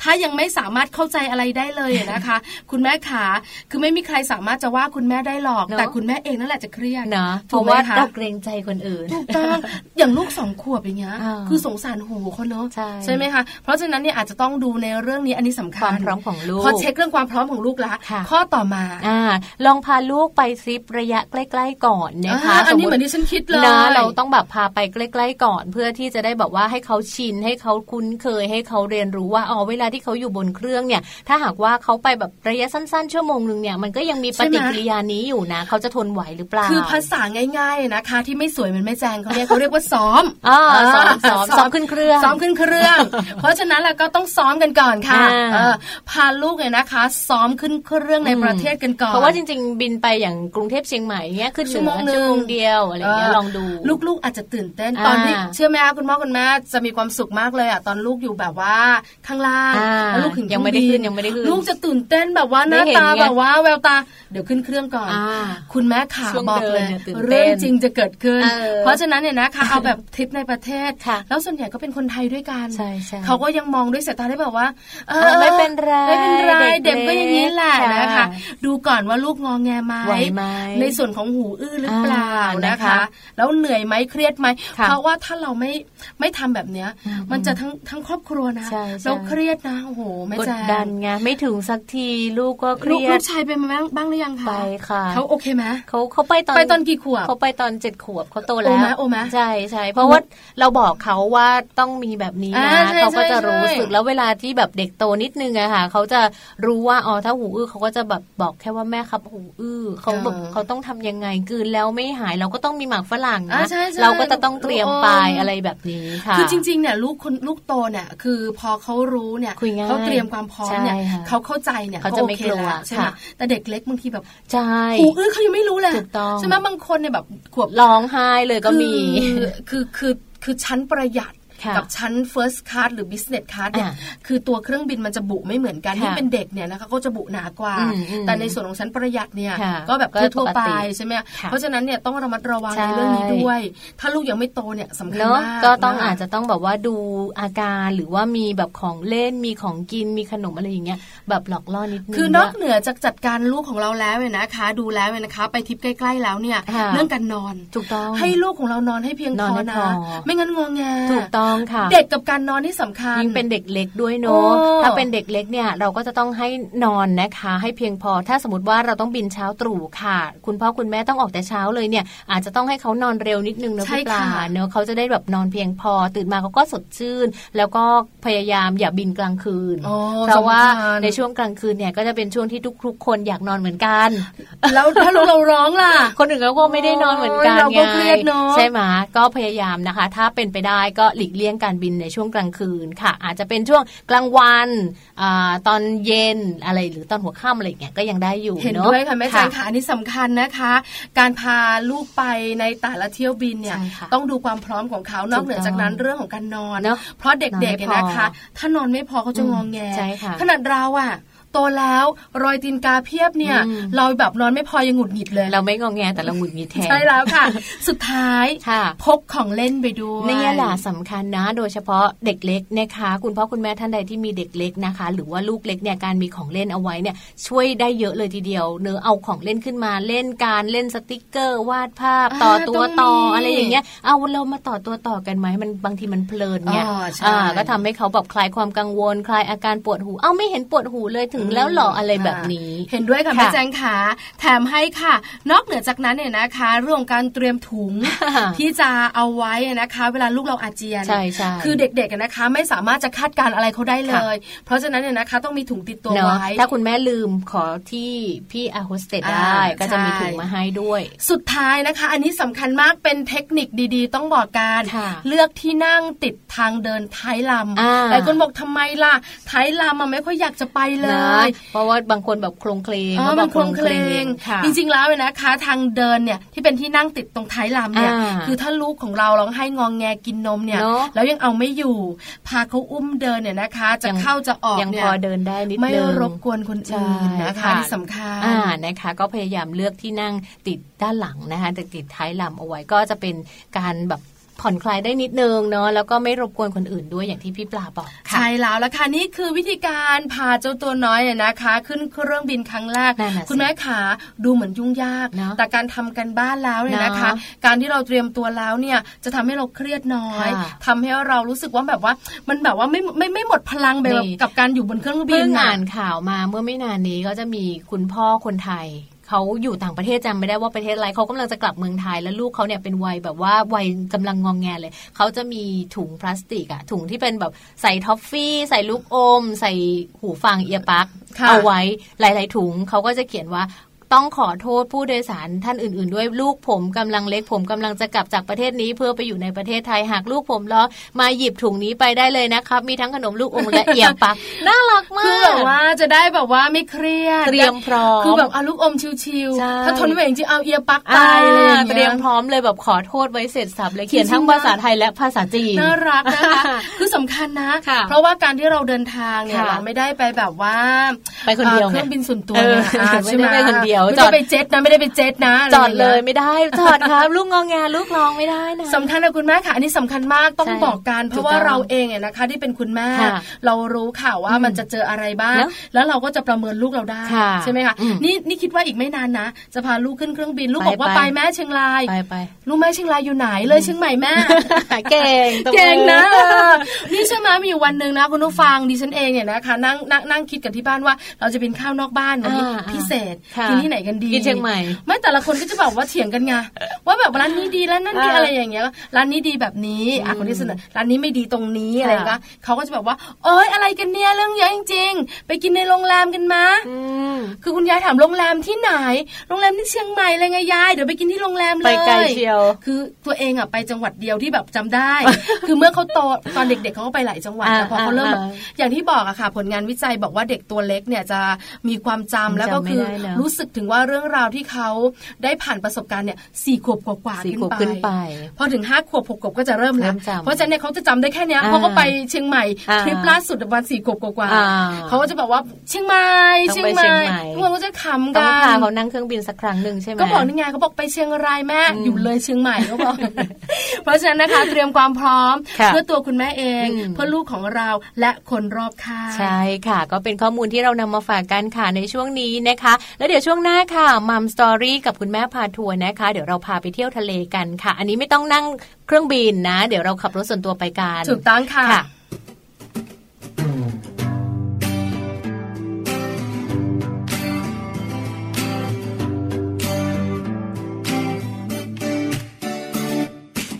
[SPEAKER 4] ถ้ายังไม่สามารถเข้าใจอะไรได้เลยนะคะ คุณแม่ขาคือไม่มีใครสามารถจะว่าคุณแม่ได้หรอก
[SPEAKER 3] เนอะ
[SPEAKER 4] แต่คุณแม่เองนั่นแหละจะเครียด
[SPEAKER 3] เนอะเพ
[SPEAKER 4] ถู
[SPEAKER 3] ราะ
[SPEAKER 4] กไหม
[SPEAKER 3] ว่า
[SPEAKER 4] ค
[SPEAKER 3] เราเกรงใจคนอื่น
[SPEAKER 4] ถูกต้อง อย่างลูกสองขวบอย่างเงี้ย
[SPEAKER 3] อ่า
[SPEAKER 4] คือสงสารหูเขาเนอะ
[SPEAKER 3] ใช่
[SPEAKER 4] ไหมคะเพราะฉะนั้นเนี่ยอาจจะต้องดูในเรื่องนี้อันนี้สำ
[SPEAKER 3] ค
[SPEAKER 4] คัญ
[SPEAKER 3] วามพร้อมของลูก
[SPEAKER 4] พอเช็คเรื่องความพร้อมของลูกละ
[SPEAKER 3] ค่ะ
[SPEAKER 4] ข้อต่อมา
[SPEAKER 3] อ่าลองพาลูกไปทริประยะใกล้ ๆ ก่อนนะคะ
[SPEAKER 4] อ่าอันนี้
[SPEAKER 3] ส
[SPEAKER 4] เหมือนที่ฉันคิดเลย
[SPEAKER 3] นะเราต้องแบบพาไปใกล้ ๆ ก่อน เพื่อที่จะได้แบบว่าให้เขาชินให้ ให้เขาคุ้นเคยให้เขาเรียนรู้ว่าอ๋อเวลาที่เขาอยู่บนเครื่องเนี่ย ถ้าหากว่าเขาไปแบบระยะสั้น ๆ ชั่วโมงหนึ่งเนี่ยมันก็ยังมีปฏิกิริยานี้อยู่นะ เขาจะทนไหวหรือเปล่า
[SPEAKER 4] คือภาษาง่ายๆนะคะ ที่ไม่สวยเหมันแม่แจงเขาเรียกเขาเรียกว่าซ้อม
[SPEAKER 3] อ่าซ้อมซ้อมซ้อมขึ้นเครื่อง
[SPEAKER 4] ซ้อมขึ้นเครื่อง เพราะฉะนั้นเราก็ต้องซ้อมกันก่อนค่ะ
[SPEAKER 3] อ่า
[SPEAKER 4] เออพาลูกเนี่ยนะคะ ซ้อมขึ้นเครื่องในประเทศกันก่อน
[SPEAKER 3] เพราะว่าจริงๆ บินไปอย่างกรุงเทพเชียงใหม่เนี่ยขึ้นเห
[SPEAKER 4] ชั่วโมงหนึ่
[SPEAKER 3] ชั่
[SPEAKER 4] ง
[SPEAKER 3] วโมงเดียวอะไรเงี้ยลองดู
[SPEAKER 4] ลูกๆอาจจะตื่นเต้น
[SPEAKER 3] อ่า
[SPEAKER 4] ตอนที่เชื่อไหมคะคุณพ่อคุณแม่จะมีความสุขมากเลยอ่ะตอนลูกอยู่แบบว่าข้างล่าง
[SPEAKER 3] อ่า
[SPEAKER 4] แล้วลูกถึง
[SPEAKER 3] ยังไม่ได้ขึ้น
[SPEAKER 4] บิ
[SPEAKER 3] ยังไม่ได้ขึ้น
[SPEAKER 4] ลูกจะตื่นเต้นแบบว่าหน้า
[SPEAKER 3] ได้เห็น
[SPEAKER 4] ตา
[SPEAKER 3] ไง
[SPEAKER 4] แบบว่าแววตา เดี๋ยวขึ้นเครื่องก่อน
[SPEAKER 3] อ่า
[SPEAKER 4] คุณแม่ขา
[SPEAKER 3] ช่วง
[SPEAKER 4] บอกเลย
[SPEAKER 3] เดินเนี่ยตื่นเต้น
[SPEAKER 4] เรื่องจริงจะเกิดขึ้น
[SPEAKER 3] เออ
[SPEAKER 4] เพราะฉะนั้นเนี่ยนะคะเอาแบบทริปในประเทศ
[SPEAKER 3] ค่ะ
[SPEAKER 4] แล้วส่วนใหญ่ก็เป็นคนไทยด้วยกัน
[SPEAKER 3] ใช่ใช่
[SPEAKER 4] เขาก็ยังมองด้วยสายตาได้แบบว่าเออ
[SPEAKER 3] เออไม่เป็นไร
[SPEAKER 4] ไม่เป็นไร
[SPEAKER 3] เด็
[SPEAKER 4] เด็ก
[SPEAKER 3] กเล็ก
[SPEAKER 4] ก็อย่างนี้แหละ
[SPEAKER 3] ค่ะ
[SPEAKER 4] นะคะ ดูก่อนว่าลูกงองแงไหม
[SPEAKER 3] ไหวไหม
[SPEAKER 4] ในส่วนของหูอื้อหรือเปล่า
[SPEAKER 3] อ่านะ
[SPEAKER 4] นะคะ คะ แล้วเหนื่อยไหมเครียดไหม
[SPEAKER 3] ค่ะ
[SPEAKER 4] เพราะว่าถ้าเราไม่ไม่ทำแบบเนี้ย มันจะทั้งทั้งครอบครัวนะ
[SPEAKER 3] ใช่ใช่
[SPEAKER 4] แล้วเครียดนะโอ้โหแม่
[SPEAKER 3] กด
[SPEAKER 4] แจ้
[SPEAKER 3] ดัน
[SPEAKER 4] ง
[SPEAKER 3] ไงไม่ถึงสักทีลูกก็เค
[SPEAKER 4] ลู
[SPEAKER 3] รี
[SPEAKER 4] ก
[SPEAKER 3] ย
[SPEAKER 4] ลู
[SPEAKER 3] ด
[SPEAKER 4] กชายเป็นมาบ้างบ้างหรือยังคะ
[SPEAKER 3] ไปค่ะ
[SPEAKER 4] เขาโอเคไหม
[SPEAKER 3] เขาเขาไปตอน
[SPEAKER 4] ไปตอนกี่ขวบ
[SPEAKER 3] เขาไปตอนเจ็ดขวบเขาโตแล้ว
[SPEAKER 4] โอมะโอมะ
[SPEAKER 3] ใช่ใช่เพราะว่าเราบอกเขาว่าต้องมีแบบนี้นะ
[SPEAKER 4] อ่าใช่
[SPEAKER 3] เขาก็จะ
[SPEAKER 4] ใช่ใช่
[SPEAKER 3] รู้สึกแล้วเวลาที่แบบเด็กโตนิดนึงอะค่ะเขาจะรู้ว่าอ๋อถ้าหูอื้อเขาก็จะแบบบอกแค่ว่าแม่ครับหูอื้อเขาแบบเขาต้องทำยังไงกลืนแล้วไม่หายเราก็ต้องมีหมากฝรั่ง
[SPEAKER 4] อ่า
[SPEAKER 3] นะ
[SPEAKER 4] ใช่ใช่
[SPEAKER 3] เราก็จะต้องเตรียมไป
[SPEAKER 4] ลูกม
[SPEAKER 3] อะไรแบบนี้ค่ะ
[SPEAKER 4] คือจริงๆเนี่ยลูกคนลูกโตเนี่ยคือพอเขารู้เนี่ย
[SPEAKER 3] คุยง่าย
[SPEAKER 4] เขาเตรียมความพร้อมเนี่ย
[SPEAKER 3] ใช่ค่ะ
[SPEAKER 4] เขาเข้าใจเนี่ย
[SPEAKER 3] เขาจะ
[SPEAKER 4] โอ
[SPEAKER 3] ไม่
[SPEAKER 4] ค
[SPEAKER 3] กลัว
[SPEAKER 4] แใช่ไหม
[SPEAKER 3] ค่ะ
[SPEAKER 4] แต่เด็กเล็กบางทีแบบ
[SPEAKER 3] ใช่
[SPEAKER 4] หูอื้อเขายังไม่รู้เลย
[SPEAKER 3] ถูกต้อง
[SPEAKER 4] ใช่ไหมบางคนเนี่ยแบบขวบ
[SPEAKER 3] ร้องไห้เลยก็มี
[SPEAKER 4] คือคือคือคือชั้นประหยัด
[SPEAKER 3] ค่ะ
[SPEAKER 4] กับชั้น first class หรือ business class เนี่ย
[SPEAKER 3] อ่ะ
[SPEAKER 4] คือตัวเครื่องบินมันจะบุไม่เหมือนกัน
[SPEAKER 3] ค่ะ
[SPEAKER 4] ที่เป็นเด็กเนี่ยนะคะก็จะบุหนากว่า
[SPEAKER 3] อืมอืม
[SPEAKER 4] แต่ในส่วนของชั้นประหยัดเนี่ย
[SPEAKER 3] ค่ะ
[SPEAKER 4] ก็แบบ
[SPEAKER 3] ก็
[SPEAKER 4] ทั่วๆไป
[SPEAKER 3] ปกติ
[SPEAKER 4] ใช่ไหม
[SPEAKER 3] ค่ะ
[SPEAKER 4] เพราะฉะนั้นเนี่ยต้องระมัดระวัง
[SPEAKER 3] ใช่
[SPEAKER 4] ในเรื่องนี้ด้วย ถ้าลูกยังไม่โตเนี่ยสำคัญ
[SPEAKER 3] เนาะ
[SPEAKER 4] มาก
[SPEAKER 3] ก็ต้อง
[SPEAKER 4] น
[SPEAKER 3] อาจจะต้องแบบว่าดูอาการหรือว่ามีแบบของเล่นมีของกินมีขนมอะไรอย่างเงี้ยแบบหลอกล่อนิดนึง
[SPEAKER 4] คือนอกเหนือจากจัดการลูกของเราแล้วเนี่ยนะคะ ดูแล้วเนี่ยนะคะ ไปทริปใกล้ ๆ แล้วเนี่ย
[SPEAKER 3] ค่ะ
[SPEAKER 4] เรื่องการนอน
[SPEAKER 3] ถูกต้อง
[SPEAKER 4] ให้ลูกของเรานอนให้เพียง
[SPEAKER 3] น
[SPEAKER 4] พ
[SPEAKER 3] อน
[SPEAKER 4] อ
[SPEAKER 3] ให้
[SPEAKER 4] นะ
[SPEAKER 3] พอ
[SPEAKER 4] ไม่งั้นงงแง
[SPEAKER 3] ถูกต้องค่ะ
[SPEAKER 4] เด็กกับการนอนที่สำคัญ
[SPEAKER 3] ยิ่งเป็นเด็กเล็กด้วย
[SPEAKER 4] โอ้
[SPEAKER 3] เนาะถ้าเป็นเด็กเล็กเนี่ยเราก็จะต้องให้นอนนะคะ ให้เพียงพอถ้าสมมติว่าเราต้องบินเช้าตรู่ค่ะ คุณพ่อคุณแม่ต้องออกแต่เช้าเลยเนี่ย อาจจะต้องให้เขานอนเร็วนิดนึงนะ
[SPEAKER 4] ใช่
[SPEAKER 3] พี่ปลา
[SPEAKER 4] ค่ะ
[SPEAKER 3] เนอะเขาจะได้แบบนอนเพียงพอ ตื่นมาเขาก็สดชื่น แล้วก็พยายามอย่าบินกลางคืน
[SPEAKER 4] โอ้
[SPEAKER 3] เพราะว่า
[SPEAKER 4] สำคัญ
[SPEAKER 3] ในช่วงกลางคืนเนี่ยก็จะเป็นช่วงที่ทุกๆคนอยากนอนเหมือนกัน
[SPEAKER 4] แล้วถ้าลูกเราร้องล่ะ
[SPEAKER 3] คนอื่นเขาก็ไม่ได้นอนเหมือนกั
[SPEAKER 4] โอ้ย
[SPEAKER 3] น
[SPEAKER 4] เรา
[SPEAKER 3] ไง
[SPEAKER 4] ก็เครียดเนอะ
[SPEAKER 3] ใช่ไหมก็พยายามนะคะ ถ้าเป็นไปได้ก็หลีกเลี่ยงการบินในช่วงกลางคืนค่ะ อาจจะเป็นช่วงกลางวันอาตอนเย็นอะไรหรือตอนหัวค่ำอะไรอย่างเงี้ยก็ยังได้อยู่
[SPEAKER 4] เห็น
[SPEAKER 3] เนาะ
[SPEAKER 4] ด้วยค่ะแม่แจงค่ะอันนี้สำคัญนะคะ การพาลูกไปในแต่ละเที่ยวบินเนี่ย
[SPEAKER 3] ใช่ค่ะ
[SPEAKER 4] ต้องดูความพร้อมของเขานอกเหนือจากนั้นเรื่องของการนอน
[SPEAKER 3] เนอะ
[SPEAKER 4] เพราะเด็กๆเนี่ย
[SPEAKER 3] นอนไม่พอ
[SPEAKER 4] นะคะ ถ้านอนไม่พอเขาจะ
[SPEAKER 3] อืม
[SPEAKER 4] งองแง
[SPEAKER 3] ใช่ค่ะ
[SPEAKER 4] ขนาดเราอะโตแล้วรอยตีนกาเพียบเนี่ย
[SPEAKER 3] อืม
[SPEAKER 4] เราแบบนอนไม่พอยังหงุดหงิดเลย
[SPEAKER 3] เราไม่งองแงแต่เราหงุดหงิดแทน
[SPEAKER 4] ใช่แล้วค่ะ สุดท้าย
[SPEAKER 3] ค่ะ
[SPEAKER 4] พกของเล่นไปด้วย
[SPEAKER 3] เนี่ยแหละสำคัญนะ โดยเฉพาะเด็กเล็กนะคะ คุณพ่อคุณแม่ท่านใดที่มีเด็กเล็กนะคะ หรือว่าลูกเล็กเนี่ยการมีของเล่นเอาไว้เนี่ย ช่วยได้เยอะเลยทีเดียวเนื้อะเอาของเล่นขึ้นมาเล่นการเล่นสติกเกอร์ วาดภาพต่อตัวต่ออะไรอย่างเงี้ยเอาเรามาต่อตัวต่อกันไหมมันบางทีมันเพลิน
[SPEAKER 4] อ๋
[SPEAKER 3] ไง
[SPEAKER 4] อใช่
[SPEAKER 3] อ่าก็ทำให้เขาแบบคลายความกังวล คลายอาการปวดหู เอ้าไม่เห็นปวดหูเลยถึงแล้วเหรออะไรแบบนี้
[SPEAKER 4] เห็นด้วยค่ะ
[SPEAKER 3] ค่ะ
[SPEAKER 4] แม่แจงขาแถมให้ค่ะ นอกเหนือจากนั้นเนี่ยนะคะ เรื่องของการเตรียมถุง
[SPEAKER 3] ค่ะ
[SPEAKER 4] ที่จะเอาไว้นะคะ เวลาลูกเราอาเจียน
[SPEAKER 3] ใช่ใช่
[SPEAKER 4] คือเด็กๆอะนะคะ ไม่สามารถจะคาดการณ์อะไรเขาได้เลย เพราะฉะนั้นเนี่ยนะคะต้องมีถุงติดตัว
[SPEAKER 3] เนอะ
[SPEAKER 4] ไว้
[SPEAKER 3] ถ้าคุณแม่ลืมขอที่พี่อาโฮสเตสได้
[SPEAKER 4] อ่า
[SPEAKER 3] ก็จะมี
[SPEAKER 4] ใช่
[SPEAKER 3] ถุงมาให้ด้วย
[SPEAKER 4] สุดท้ายนะคะ อันนี้สำคัญมากเป็นเทคนิคดีๆ ต้องบอกการ
[SPEAKER 3] ค่ะ
[SPEAKER 4] เลือกที่นั่งติดทางเดินท้ายล
[SPEAKER 3] อ่า
[SPEAKER 4] ำหลายคนบอกทำไมล่ะท้ายลำมันไม่ค่อยอยากจะไปเล
[SPEAKER 3] นะ
[SPEAKER 4] ย
[SPEAKER 3] เพราะว่าบางคนแบบโครงเคลง
[SPEAKER 4] อ๋อ
[SPEAKER 3] ว่า
[SPEAKER 4] มันโครงเคลง
[SPEAKER 3] ค่ะ
[SPEAKER 4] จริงๆแล้วเนี่ยนะคะ ทางเดินเนี่ยที่เป็นที่นั่งติดตรงท้ายลำเนี่ย
[SPEAKER 3] อ่า
[SPEAKER 4] คือถ้าลูกของเราร้องให้งองแงกินนมเนี่ย
[SPEAKER 3] เนอะ
[SPEAKER 4] แล้วยังเอาไม่อยู่ พาเขาอุ้มเดินเนี่ยนะคะ จะเข้าจะออก
[SPEAKER 3] ยัง
[SPEAKER 4] เนี่
[SPEAKER 3] พ
[SPEAKER 4] ย
[SPEAKER 3] อเดินได้นิด
[SPEAKER 4] ไม่
[SPEAKER 3] นึง
[SPEAKER 4] รบกวนคนอื่นนะคะ
[SPEAKER 3] ใช่ค่ะ
[SPEAKER 4] ที่สำคัญ
[SPEAKER 3] อ่านะคะ ก็พยายามเลือกที่นั่งติดด้านหลังนะคะแต่ติดท้ายลำเอาไว้ก็จะเป็นการแบบผ่อนคลายได้นิดนึงเนาะแล้วก็ไม่รบกวนคนอื่นด้วยอย่างที่พี่ปลาบอกค่ะ
[SPEAKER 4] ใช่แล้วละค่ะนี่คือวิธีการพาเจ้าตัวน้อยเนี่ยนะคะ ขึ้นเครื่องบินครั้งแรก
[SPEAKER 3] นั่นน่ะสิ
[SPEAKER 4] คุณแม่ขาดูเหมือนยุ่งยาก
[SPEAKER 3] เนอะ
[SPEAKER 4] แต่การทำกันบ้านแล้วเนี่ยนะคะ
[SPEAKER 3] เน
[SPEAKER 4] การที่เราเตรียมตัวแล้วเนี่ยจะทำให้เราเครียดน้อย
[SPEAKER 3] ค่ะ
[SPEAKER 4] ทำให้เรารู้สึกว่าแบบว่า มันแบบว่าไม่ไม่ไม่หมดพลังไป
[SPEAKER 3] นี่
[SPEAKER 4] กับการอยู่บนเครื่องบิ
[SPEAKER 3] เพิ่
[SPEAKER 4] น
[SPEAKER 3] ง
[SPEAKER 4] น่ะ
[SPEAKER 3] อ่านข่าวมาเมื่อไม่นานนี้ก็จะมีคุณพ่อคนไทย เขาอยู่ต่างประเทศจำไม่ได้ว่าประเทศอะไรเขากำลังจะกลับเมืองไทยแล้วลูกเขาเนี่ยเป็นวัยแบบว่าวัยกำลังงองแงเลยเขาจะมีถุงพลาสติกอะถุงที่เป็นแบบใส่ท็อฟฟี่ ใส่ลูกอม ใส่หูฟังเอียปัก
[SPEAKER 4] ค่ะ
[SPEAKER 3] เอาไว้หลาย ๆ ถุงเขาก็จะเขียนว่าต้องขอโทษผู้โดยสารท่านอื่น ๆ ด้วยลูกผมกำลังเล็กผมกำลังจะกลับจากประเทศนี้เพื่อไปอยู่ในประเทศไทยหากลูกผมล้อมาหยิบถุงนี้ไปได้เลยนะครับ มีทั้งขนมลูกอมและเอียปักน่ารักมา
[SPEAKER 4] คือแบบ
[SPEAKER 3] ก
[SPEAKER 4] ว่าจะได้แบบว่าไม่เครียด
[SPEAKER 3] เตรียมพร้อม
[SPEAKER 4] คือแบบเอาลูกอมชิว
[SPEAKER 3] ใช่
[SPEAKER 4] ๆถ้าทนไม่ไหวจริงๆเอาเอียปักไป
[SPEAKER 3] อ่า
[SPEAKER 4] อะไรอย่าง
[SPEAKER 3] เตรี
[SPEAKER 4] เงี้
[SPEAKER 3] ย
[SPEAKER 4] ย
[SPEAKER 3] มพร้อมเลยแบบขอโทษไว้เสร็จสับเลยเขียน
[SPEAKER 4] จริงๆ
[SPEAKER 3] ทั้ง
[SPEAKER 4] นะ
[SPEAKER 3] ภาษาไทยและภาษาจีน
[SPEAKER 4] น่ารักนะคะ คือสำคัญนะ
[SPEAKER 3] ค่ะ
[SPEAKER 4] เพราะว่าการที่เราเดินทางเนี่ย
[SPEAKER 3] ค่ะ
[SPEAKER 4] เราไม่ได้ไปแบบว่า
[SPEAKER 3] ไปคนเดียว
[SPEAKER 4] อ่อเครื่อง
[SPEAKER 3] ไง
[SPEAKER 4] บินส่วนตัวเนี่ย
[SPEAKER 3] เออ
[SPEAKER 4] อ่า
[SPEAKER 3] ไม่
[SPEAKER 4] ใช่ไห
[SPEAKER 3] ได้
[SPEAKER 4] ม
[SPEAKER 3] ไปคนเดียว
[SPEAKER 4] ไม่
[SPEAKER 3] จอ
[SPEAKER 4] ได้
[SPEAKER 3] ด
[SPEAKER 4] ไปเจ็ตนะไม่ได้ไปเจ็ตนะะไร
[SPEAKER 3] จอดเลย
[SPEAKER 4] างงี้
[SPEAKER 3] ไม่ได้ จอดครับลูกงองแงลูกร้องไม่ได้นะ
[SPEAKER 4] สำคัญนะคุณแม่ค่ะ อันนี้สำคัญมากต้อง
[SPEAKER 3] ใช่
[SPEAKER 4] บอกกันเพ
[SPEAKER 3] ถู
[SPEAKER 4] ราะ
[SPEAKER 3] ก
[SPEAKER 4] ว่า
[SPEAKER 3] ต้อง
[SPEAKER 4] เราเองเนี่ยนะคะ ที่เป็นคุณแม่
[SPEAKER 3] ค่ะ
[SPEAKER 4] เรารู้ค่ะว่ามันจะเจออะไรบ้าง
[SPEAKER 3] เนอะ
[SPEAKER 4] แล้วเราก็จะประเมินลูกเราได้
[SPEAKER 3] ค่ะ
[SPEAKER 4] ใช่ไหมคะ
[SPEAKER 3] อืม
[SPEAKER 4] นี่นี่คิดว่าอีกไม่นานนะ จะพาลูกขึ้นเครื่องบินลูก
[SPEAKER 3] ไป
[SPEAKER 4] บอกว่า
[SPEAKER 3] ไป
[SPEAKER 4] ไปแม่เชียงราย
[SPEAKER 3] ไปไป
[SPEAKER 4] ลูกแม่เชียงรายอยู่ไหนเลยเชียงใหม่แม่
[SPEAKER 3] ๆ เก่งตบมือ
[SPEAKER 4] เก่งนะเออนี่ใช่ไหมมีอยู่วันหนึ่งนะคุณผู้ฟังดิฉันเองเนี่ยนะคะนั่งนั่งนั่งคิดกันที่บ้านว่าเราจะเป็นข้าวนอกบ้านวันนี้
[SPEAKER 3] อ่าอ่า
[SPEAKER 4] พิเศษ
[SPEAKER 3] ค่ะ
[SPEAKER 4] กินที่ไหนกันดี
[SPEAKER 3] กินเชียงใหม่
[SPEAKER 4] ไม่แต่ละคนก็จะบอกว่าเถียงกันไงว่าแบบร้านนี้ดีร้านนั้นดี
[SPEAKER 3] อ่า
[SPEAKER 4] อะไรอย่างเงี้ยร้านนี้ดีแบบนี้อ่ะคนที่เสนอร้านนี้ไม่ดีตรงนี้
[SPEAKER 3] ค่ะ
[SPEAKER 4] อะไรก็เขาก็จะแบบว่าเอ้ยอะไรกันเนี่ยเรื่องเยอะจริง ๆ ไปกินในโรงแรมกันมาคือคุณยายถามโรงแรมที่ไหน โรงแรมที่เชียงใหม่เลยไงยายเดี๋ยวไปกินที่โรงแรมเลย
[SPEAKER 3] ไปไกลเชียว
[SPEAKER 4] คือตัวเองอ่ะไปจังหวัดเดียวที่แบบจำได้ คือเมื่อเขาโตตอนเด็กๆเขาก็ไปหลายจังหวัด
[SPEAKER 3] อ่า
[SPEAKER 4] แต่พอเขาเริ่มแบบ
[SPEAKER 3] อ่า
[SPEAKER 4] อย่างที่บอกอะค่ะ ผลงานวิจัยบอกว่าเด็กตัวเล็กเนี่ยจะมีความจำ
[SPEAKER 3] จำ
[SPEAKER 4] แล้วก็คือ
[SPEAKER 3] ไม่ได้นะ
[SPEAKER 4] รู้สึกถึงว่าเรื่องราวที่เขาได้ผ่านประสบการณ์เนี่ยสี่ขวบกว่าๆ
[SPEAKER 3] สี่ขวบขึ้นไป
[SPEAKER 4] พอถึงห้าขวบหกขวบก็จะเริ่มแล้
[SPEAKER 3] เริ่
[SPEAKER 4] ว
[SPEAKER 3] มจำ
[SPEAKER 4] เพราะฉะนั้นเนี่ยเขาจะจำได้แค่เนี้ย
[SPEAKER 3] อ่า
[SPEAKER 4] เพราะเขาไปเชียงใหม่
[SPEAKER 3] อ่า
[SPEAKER 4] ทริปล่าสุดวันสี่ขวบกว่า
[SPEAKER 3] อ่า
[SPEAKER 4] ๆเขาก็จะบอกว่าเชียงใหม่
[SPEAKER 3] ต้
[SPEAKER 4] เชี
[SPEAKER 3] อยง
[SPEAKER 4] ง
[SPEAKER 3] ไป
[SPEAKER 4] ใหม่
[SPEAKER 3] เชียงใหม่
[SPEAKER 4] ทุกคนก็จะขำ
[SPEAKER 3] ต้อง
[SPEAKER 4] กั
[SPEAKER 3] พาน เขานั่งเครื่องบินสักครั้งหนึ่งใช่ไหม
[SPEAKER 4] ก็บอกนี่ไงเขาบอกไปเชียงรายแม่
[SPEAKER 3] อืม
[SPEAKER 4] อยู่เลยเชียงใหม่เขาบอก เพราะฉะนั้นนะคะ เตรียมความพร้อม
[SPEAKER 3] ค่ะ
[SPEAKER 4] เพื่อตัวคุณแม่เอง
[SPEAKER 3] อืม
[SPEAKER 4] เพื่อลูกของเราและคนรอบข้าง
[SPEAKER 3] ใช่ค่ะ ก็เป็นข้อมูลที่เรานำมาฝากกันค่ะในช่วงนี้นะคะ แล้วเดี๋ยวช่วงหน้าค่ะมัมสตอรี่กับคุณแม่พาทัวร์นะคะ เดี๋ยวเราพาไปเที่ยวทะเลกันค่ะ อันนี้ไม่ต้องนั่งเครื่องบินนะ เดี๋ยวเราขับรถส่วนตัวไปกัน
[SPEAKER 4] ถูกต้องค่ะ
[SPEAKER 3] ค่ะ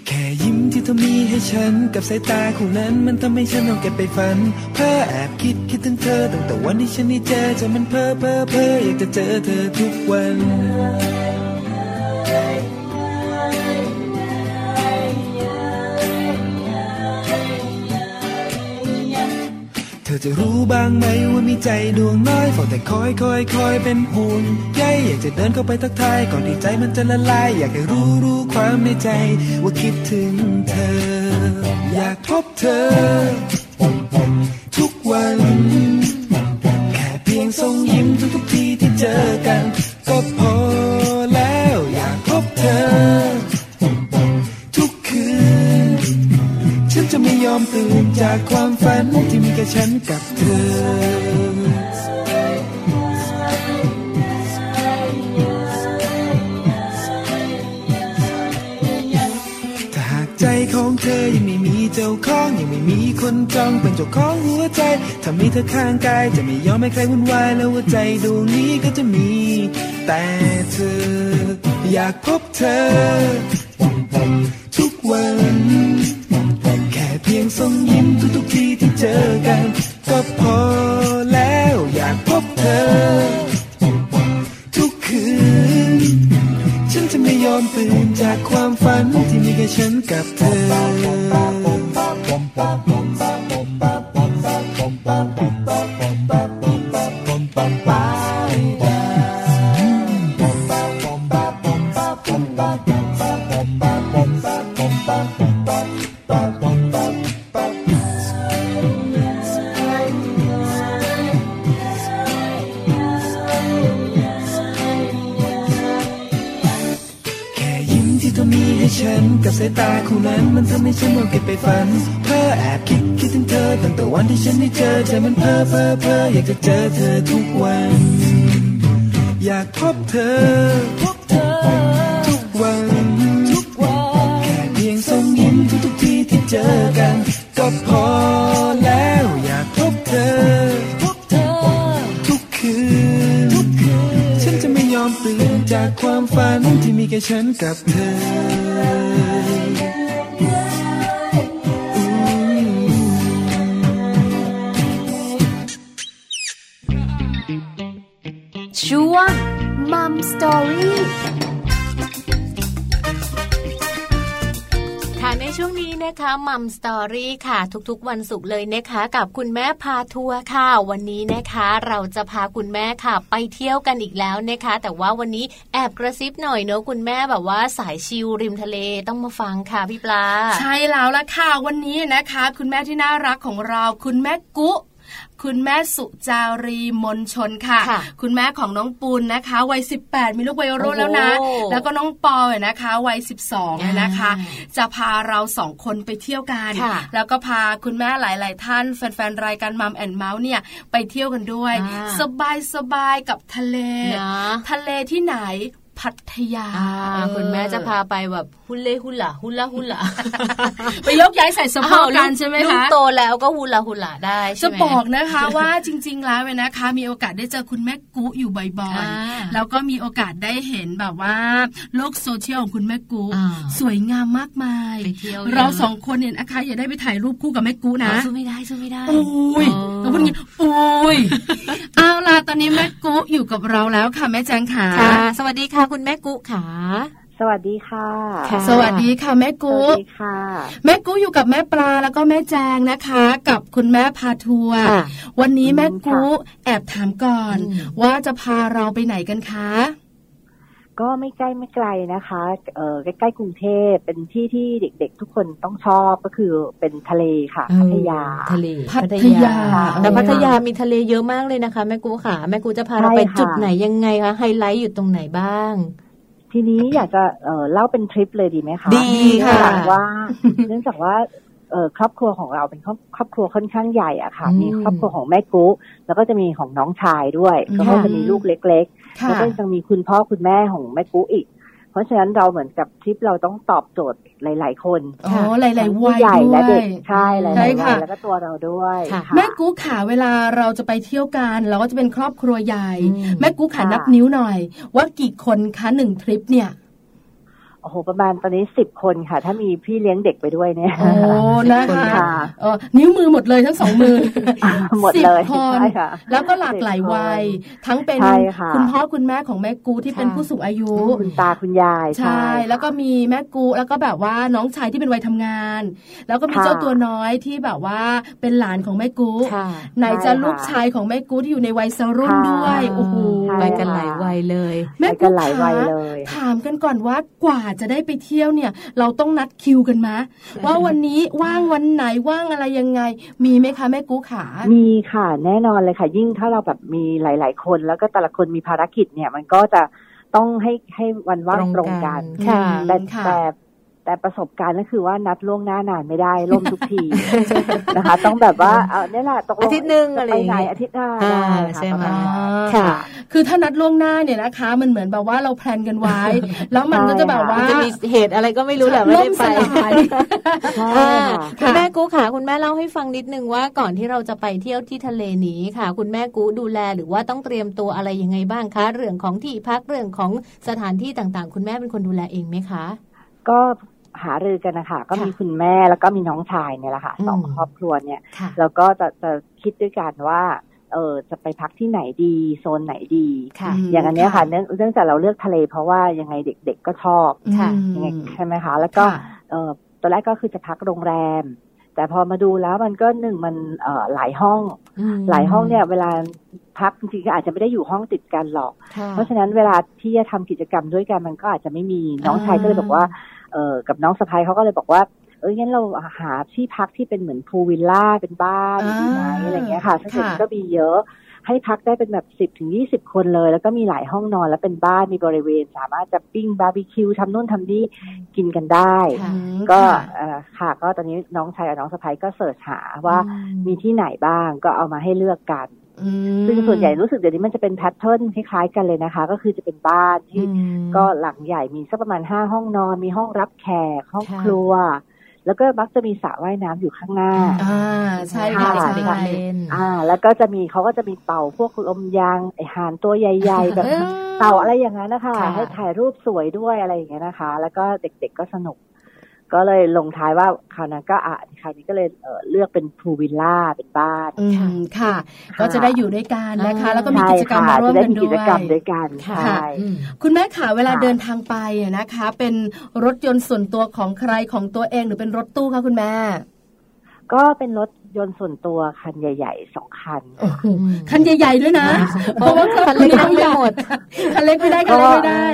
[SPEAKER 6] แค่ยิ้มที่เธอมีให้ฉัน กับสายตาคู่นั้นมันทำให้ฉันต้องเก็บไปฝัน เพ้อแอบคิดคิดถึงเธอตั้งแต่วันที่ฉันได้เจอเธอมันเพ้อเพ้อเพ้ออยากจะเจอเธอทุกวัน เธอจะรู้บ้างไหมว่ามีใจดวงน้อยเฝ้าแต่คอยคอยคอยเป็นห่วงใยอยากจะเดินเข้าไปทักทายก่อนที่ใจมันจะละลาย อยากให้รู้รู้ความในใจ ว่าคิดถึงเธอ อยากพบเธอ ทุกวัน แค่เพียงส่งยิ้มทุกทุกๆทีที่เจอกัน ก็พอแล้วอยากพบเธอ ทุกคืน ฉันจะไม่ยอมตื่นจากความฝันที่มีแค่ฉันกับเธอ ถ้าหากใจของเธอยังไม่มีเจ้าของยังไม่มีคนจองเป็นเจ้าของหัวใจ ถ้ามีเธอข้างกายจะไม่ยอมให้ใครวุ่นวายแล้วหัวใจดวงนี้ก็จะมี แต่เธอ อยากพบเธอ ทุกวัน แค่เพียงส่งยิ้มทุกทุกๆทีที่เจอกัน ก็พอแล้วอยากพบเธอ ทุกคืน ฉันจะไม่ยอมตื่นจากความฝันที่มีแค่ฉันกับเธอ แค่ยิ้มที่เธอมีให้ฉัน กับสายตาคู่นั้นมันทำให้ฉันมองเก็บไปฝัน เพ้อแอบคิดคิดถึงเธอตั้งแต่วันที่ฉันได้เจอใจมันเพ้อเพ้อเพ้ออยากจะเจอเธอทุกวัน อยากพบเธอพบเธอ ทุกวันทุกวัน แค่เพียงส่งยิ้มทุกทุกๆทีที่เจอกัน ก็พอแล้วอยากพบเธอพบเธอ ทุกคืน ฉันจะไม่ยอมตื่น แค่ฉันกับเธอ
[SPEAKER 1] ช่วงมัมสตอรี่
[SPEAKER 3] ค่ะในช่วงนี้นะคะมัมสตอรี่ค่ะ ทุกๆ วันศุกร์เลยนะคะ กับคุณแม่พาทัวร์ค่ะ วันนี้นะคะ เราจะพาคุณแม่ค่ะ ไปเที่ยวกันอีกแล้วนะคะ แต่ว่าวันนี้แอบกระซิบหน่อยเนอะคุณแม่แบบว่าสายชิลริมทะเลต้องมาฟังค่ะพี่ปลา
[SPEAKER 4] ใช่แล้วล่ะค่ะ วันนี้นะคะ คุณแม่ที่น่ารักของเราคุณแม่กุ คุณแม่สุจารีมนชนค่ะ
[SPEAKER 3] ค่ะ
[SPEAKER 4] คุณแม่ของน้องปูนนะคะวัย 18 มีลูกวัยรุ่นแล้วนะ
[SPEAKER 3] โอ้โห
[SPEAKER 4] แล้วก็น้องปอยนะคะวัย 12เนี่ยนะคะ
[SPEAKER 3] อ่
[SPEAKER 4] จะพาเราสองคนไปเที่ยวกัน
[SPEAKER 3] ค่ะ
[SPEAKER 4] แล้วก็พาคุณแม่หลาย ๆ ท่านแฟน ๆ รายการมัมแอนเมาส์เนี่ยไปเที่ยวกันด้วย สบายสบายๆกับทะเล
[SPEAKER 3] นะ
[SPEAKER 4] ทะเลที่ไหนพัทยา
[SPEAKER 3] อ่า
[SPEAKER 4] เออ
[SPEAKER 3] คุณแม่จะพาไปแบบฮุลเล่ฮุลล่าฮุลล่าฮุลล่า
[SPEAKER 4] ไปยกย้ายใส่สะโพกกันใช่ไหม
[SPEAKER 3] ลูก
[SPEAKER 4] คะ
[SPEAKER 3] โตแล้วก็ฮุลล่าฮุลล่าได้ใช่
[SPEAKER 4] จะ
[SPEAKER 3] ไหม
[SPEAKER 4] บอกนะคะ ว่าจริง ๆ แล้วเนี่ยนะคะ มีโอกาสได้เจอคุณแม่กุอยู่บ่อย
[SPEAKER 3] อ่า
[SPEAKER 4] ๆ แล้วก็มีโอกาสได้เห็นแบบว่า โลกโซเชียลของคุณแม่กุ
[SPEAKER 3] อ่า
[SPEAKER 4] สวยงามมากมาย
[SPEAKER 3] ไปเที่ยวเยอะ
[SPEAKER 4] เราสองคนเนี่ยนะคะอย่าได้ไปถ่ายรูปคู่กับแม่กุนะ
[SPEAKER 3] สู้ไม่ได้สู้ไม่ได้
[SPEAKER 4] อุ้ยแล้วพูดอย่างงี้อุ้ ยเอาล่ะตอนนี้แม่กุอยู่กับเราแล้วค่ะแม่แจงค่ะ
[SPEAKER 3] ค่ะ สวัสดีค่ะ คุณแม่กุขา
[SPEAKER 7] สวัสดีค่ะ
[SPEAKER 3] ค่ะ
[SPEAKER 4] สวัสดีค่ะแม่
[SPEAKER 7] ส
[SPEAKER 4] กุ
[SPEAKER 7] วัสดีค่ะ
[SPEAKER 4] แม่กู้อยู่กับแม่ปลาแล้วก็แม่แจงนะคะ กับคุณแม่พาทัวร์
[SPEAKER 3] ค่ะ
[SPEAKER 4] วันนี้แม่
[SPEAKER 7] อืม
[SPEAKER 4] กู้
[SPEAKER 7] ค่ะ
[SPEAKER 4] แอบถามก่อน
[SPEAKER 3] อืม
[SPEAKER 4] ว่าจะพาเราไปไหนกันคะ
[SPEAKER 7] ก็ไม่ใกล้ไม่ไกลนะคะ เออใกล้ๆกรุงเทพเป็นที่ที่เด็กๆ ทุกคนต้องชอบก็คือเป็นทะเลค่ะพัทยา
[SPEAKER 3] ทะเล
[SPEAKER 4] พัทยา
[SPEAKER 3] แต่
[SPEAKER 7] เออ
[SPEAKER 3] พัทยามีทะเลเยอะมากเลยนะคะ แม่กุขาแม่กุจะพาเราไป
[SPEAKER 7] ใช่ค่ะ
[SPEAKER 3] จุดไหนยังไงคะไฮไลท์อยู่ตรงไหนบ้าง
[SPEAKER 7] ทีนี้อยากจะเออเล่าเป็นทริปเลยดีไหมคะ
[SPEAKER 3] ดีค่ะ
[SPEAKER 7] เนื่องจากว่าเนื่องจากว่าเออครอบครัวของเราเป็นครอบครอบครัวค่อนข้างใหญ่อะค่ะ
[SPEAKER 3] อืม
[SPEAKER 7] มีครอบครัวของแม่กุ๊กแล้วก็จะมีของน้องชายด้วยแล้วก็
[SPEAKER 3] ค่ะ
[SPEAKER 7] จะมีลูกเล็ก ๆ
[SPEAKER 4] ค่ะ
[SPEAKER 7] แล้วก็ยังมีคุณพ่อคุณแม่ของแม่กุ๊อีก เพราะฉะนั้นเราเหมือนกับทริปเราต้องตอบโจทย์หลาย ๆ คน
[SPEAKER 4] อ๋อหลายๆ
[SPEAKER 7] ผู้
[SPEAKER 4] วัย
[SPEAKER 7] ใหญ่และ
[SPEAKER 4] ด้ว
[SPEAKER 7] เด็
[SPEAKER 4] ย
[SPEAKER 7] กใช่หลายๆ
[SPEAKER 4] ใช่
[SPEAKER 7] วัย
[SPEAKER 4] ค่ะ
[SPEAKER 7] แล้วก็ตัวเราด้วย
[SPEAKER 3] ค่ะ
[SPEAKER 7] ค่ะ
[SPEAKER 4] แม่กู้ขาเวลาเราจะไปเที่ยวกันเราก็จะเป็นครอบครัวใหญ่
[SPEAKER 3] อืม
[SPEAKER 4] แม่กู้ขา
[SPEAKER 7] ค่ะ
[SPEAKER 4] นับนิ้วหน่อย ว่ากี่คนคะหนึ่งทริปเนี่ย
[SPEAKER 7] โอ้โหประมาณตอนนี้สิบคนค่ะ ถ้ามีพี่เลี้ยงเด็กไปด้วยเนี่ย
[SPEAKER 4] โอ้นะคะ
[SPEAKER 7] ค่ะ
[SPEAKER 4] เออนิ้วมือหมดเลยทั้งสองมือ
[SPEAKER 7] หมดเลย
[SPEAKER 4] สิบคน
[SPEAKER 7] ใช่ค่ะ
[SPEAKER 4] แล้วก็หลากหลายวัย ทั้งเป็น
[SPEAKER 7] ใช่ค่ะ
[SPEAKER 4] ณพ่อคุณแม่ของแม่กูที่เป็นผู้สูงอายุ
[SPEAKER 7] คุณตาคุณยาย
[SPEAKER 4] ใช่ แล้วก็มีแม่กูแล้วก็แบบว่าน้องชายที่เป็นวัยทำงาน แล้วก็มีเจ้าตัวน้อยที่แบบว่าเป็นหลานของแม่กู
[SPEAKER 3] ค่ะ
[SPEAKER 4] ไหนจะลูกชายของแม่กูที่อยู่ในวัยสรุ่นด้วยโอ้โห
[SPEAKER 3] ไปกันหลายวัยเลย
[SPEAKER 7] ไป
[SPEAKER 4] แม่
[SPEAKER 7] กั
[SPEAKER 4] กู
[SPEAKER 7] นหลายวัยเลย
[SPEAKER 4] ถามกันก่อนว่ากว่าจะได้ไปเที่ยวเนี่ย เราต้องนัดคิวกันมะว่าวันนี้ว่างวันไหนว่างอะไรยังไง มีไหมคะแม่กูขา
[SPEAKER 7] มีค่ะแน่นอนเลยค่ะ ยิ่งถ้าเราแบบมีหลาย ๆ คน แล้วก็แต่ละคนมีภารกิจเนี่ย มันก็จะต้องให้ให้วันว่างตรงกัน
[SPEAKER 3] ค่ะ
[SPEAKER 7] แต่
[SPEAKER 4] ค่ะ
[SPEAKER 7] แต่แต่ประสบการณ์ก็คือว่านัดล่วงหน้านานไม่ได้ล่มทุกที นะคะ ต้องแบบว่า เอาเนี่ยแหละตกลง
[SPEAKER 3] อาทิตย์หนึ่งอะไรอ
[SPEAKER 7] ไป
[SPEAKER 3] ย่าง
[SPEAKER 7] ไหน
[SPEAKER 3] เงี้ย
[SPEAKER 7] อาทิตย์หน้า
[SPEAKER 3] อ่า
[SPEAKER 7] ได้ค่ะ
[SPEAKER 3] ใช่ไหม
[SPEAKER 7] ประาณนั้น
[SPEAKER 3] ค่ะ
[SPEAKER 4] คือถ้านัดล่วงหน้าเนี่ยนะคะ มันเหมือนแบบว่าเราแพลนกันไว้ แล้วมันก็จะแบบว่า
[SPEAKER 3] จะมีเหตุอะไรก็ไม่รู้แหละไม่
[SPEAKER 4] ล่
[SPEAKER 3] ได้
[SPEAKER 4] ม
[SPEAKER 3] ไป
[SPEAKER 4] สลาย
[SPEAKER 7] ใช่
[SPEAKER 3] อ่า
[SPEAKER 7] ค่ะ
[SPEAKER 3] คุณแม่กุขาคุณแม่เล่าให้ฟังนิดนึงว่าก่อนที่เราจะไปเที่ยวที่ทะเลนี้ค่ะ คุณแม่กุดูแลหรือว่าต้องเตรียมตัวอะไรยังไงบ้างคะ เรื่องของที่พักเรื่องของสถานที่ต่างๆ คุณแม่เป็นคนดูแลเองไหมคะ
[SPEAKER 7] ก็หารือกันนะคะก็มีคุณแม่แล้วก็มีน้องชายเนี่ยแหละค่ะสอง
[SPEAKER 3] อืม
[SPEAKER 7] ครอบครัวเนี่ย
[SPEAKER 3] ค่ะ
[SPEAKER 7] แล้วก็จะจะคิดด้วยกันว่า เออจะไปพักที่ไหนดีโซนไหนดี
[SPEAKER 3] ค่ะ
[SPEAKER 4] อืม
[SPEAKER 7] อย่างอันเนี้ย
[SPEAKER 4] ค่ะ
[SPEAKER 7] ค่ะเนื่องเนื่องจากเราเลือกทะเล เพราะว่ายังไงเด็ก ๆ ก็ชอบ
[SPEAKER 3] ค่ะ
[SPEAKER 4] อืม
[SPEAKER 7] ยังไงใช่ไหมคะ แล้วก็
[SPEAKER 4] ค่ะ
[SPEAKER 7] เออตอนแรกก็คือจะพักโรงแรม แต่พอมาดูแล้วมันก็หนึ่งมันเออหลายห้อง
[SPEAKER 3] อืม
[SPEAKER 7] หลายห้องเนี่ย เวลาพักจริงๆก็อาจจะไม่ได้อยู่ห้องติดกันหรอก
[SPEAKER 3] ค่ะ
[SPEAKER 7] เพราะฉะนั้นเวลาที่จะทำกิจกรรมด้วยกันมันก็อาจจะไม่มีน้องชายก็เลยบอกว่าเออกับน้องสะพ้ายเขาก็เลยบอกว่า เอองั้นเราหาที่พักที่เป็นเหมือนพูลวิลล่าเป็นบ้าน
[SPEAKER 4] อ่า
[SPEAKER 7] ดีไหมอะไรเงี้ยค่ะซึ่งเดี๋ยว
[SPEAKER 4] ค่ะ
[SPEAKER 7] นี้ก็มีเยอะ ให้พักได้เป็นแบบสิบถึงยี่สิบคนเลย แล้วก็มีหลายห้องนอนแล้วเป็นบ้านมีบริเวณ สามารถจะปิ้งบาร์บีคิวทำนู่นทำนี่กินกันได้
[SPEAKER 3] ค่ะ
[SPEAKER 4] อืม
[SPEAKER 7] ก็
[SPEAKER 4] ค่ะ
[SPEAKER 7] เอ่อค่ะ ก็ตอนนี้น้องชายกับน้องสะพ้ายก็เสิร์ชหาว่ามีที่ไหนบ้างก็เอามาให้เลือกกัน ซึ่งส่วนใหญ่รู้สึกเดี๋ยวนี้มันจะเป็นแพทเทิร์นคล้ายๆกันเลยนะคะ ก็คือจะเป็นบ้านที่ก็หลังใหญ่มีสักประมาณห้าห้องนอน มีห้องรับแขกห้อง
[SPEAKER 3] ค่ะ
[SPEAKER 7] ครัว แล้วก็มักจะมีสระว่ายน้ำอยู่ข้างหน้า
[SPEAKER 4] อ่าใช่
[SPEAKER 3] ค่ะ
[SPEAKER 7] ค่ะ
[SPEAKER 3] ใช่
[SPEAKER 7] ค่ะ
[SPEAKER 3] เป็น
[SPEAKER 7] อ่า แล้วก็จะมีเขาก็จะมีเป่าพวกลมยางไอหานตัวใหญ่ ๆ แบบ
[SPEAKER 3] เอิ่ม
[SPEAKER 7] เต่าอะไรอย่างนั้นนะคะ
[SPEAKER 3] ค่ะ
[SPEAKER 7] ให้ถ่ายรูปสวยด้วยอะไรอย่างเงี้ยนะคะ แล้วก็เด็กๆก็สนุก ก็เลยลงท้ายว่าคราวนั้นก็อ่ะคราวนี้ก็เลยเอ่อเลือกเป็นพูลวิลล่าเป็นบ้าน
[SPEAKER 4] อืมค่ะ
[SPEAKER 7] ค่ะ
[SPEAKER 4] ก็จะได้อยู่ด้วยกันนะคะ
[SPEAKER 3] อ่า
[SPEAKER 4] แล้วก็มีกิจกรรมมาร่วม
[SPEAKER 7] ใช่ค่ะจะได้
[SPEAKER 4] กันด้
[SPEAKER 7] มีกิ
[SPEAKER 4] ว
[SPEAKER 7] จกรรม
[SPEAKER 4] ย
[SPEAKER 7] ด้วยกัน
[SPEAKER 4] ค่ะ
[SPEAKER 7] ใช่
[SPEAKER 3] อืม
[SPEAKER 4] คุณแม่ขาเวลา
[SPEAKER 7] ค่ะ
[SPEAKER 4] เดินทางไปอะนะคะ เป็นรถยนต์ส่วนตัวของใครของตัวเองหรือเป็นรถตู้คะคุณแม่
[SPEAKER 7] ก็เป็นรถยนต์ส่วนตัวคันใหญ่ๆสองคัน
[SPEAKER 4] โอ้โหคันใหญ่ ๆ ด้วยนะเพราะว่า
[SPEAKER 3] คันเล็กไม่ได้
[SPEAKER 4] คันเล็กไม่ได้คันเล็กไม่ได้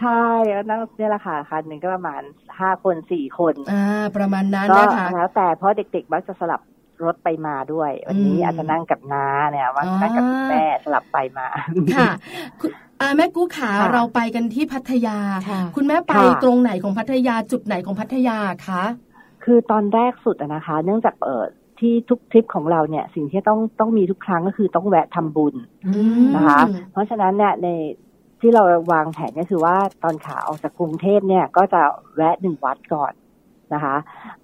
[SPEAKER 7] ใช่แล้วนั่งเนี่ยแหละค่ะคันหนึ่งก็ประมาณห้าคนสี่คน
[SPEAKER 4] อ่าประมาณนั้น
[SPEAKER 7] ก็
[SPEAKER 4] นะคะ
[SPEAKER 7] แล้วแต่เพราะเด็กๆมักจะสลับรถไปมาด้วย วันนี้
[SPEAKER 4] อืม
[SPEAKER 7] อาจจะนั่งกับน้าเนี่ยว่า
[SPEAKER 4] อ๋อ
[SPEAKER 7] นั่งกับคุณแม่สลับไปมา
[SPEAKER 4] ค่ะคุณอ่าแม่กู้ขา
[SPEAKER 7] ค่ะ
[SPEAKER 4] เราไปกันที่พัทยา
[SPEAKER 3] ค่ะ
[SPEAKER 4] คุณแม่ไป
[SPEAKER 7] ค่ะ
[SPEAKER 4] ตรงไหนของพัทยาจุดไหนของพัทยาคะ
[SPEAKER 7] คือตอนแรกสุดอะนะคะ เนื่องจากเออที่ทุกทริปของเราเนี่ย สิ่งที่ต้องต้องมีทุกครั้งก็คือต้องแวะทำบุญ นะคะ
[SPEAKER 4] อืม
[SPEAKER 7] เพราะฉะนั้นเนี่ยในที่เราวางแผนก็คือว่าตอนขาออกจากกรุงเทพเนี่ยก็จะแวะหนึ่งวัดก่อนนะคะ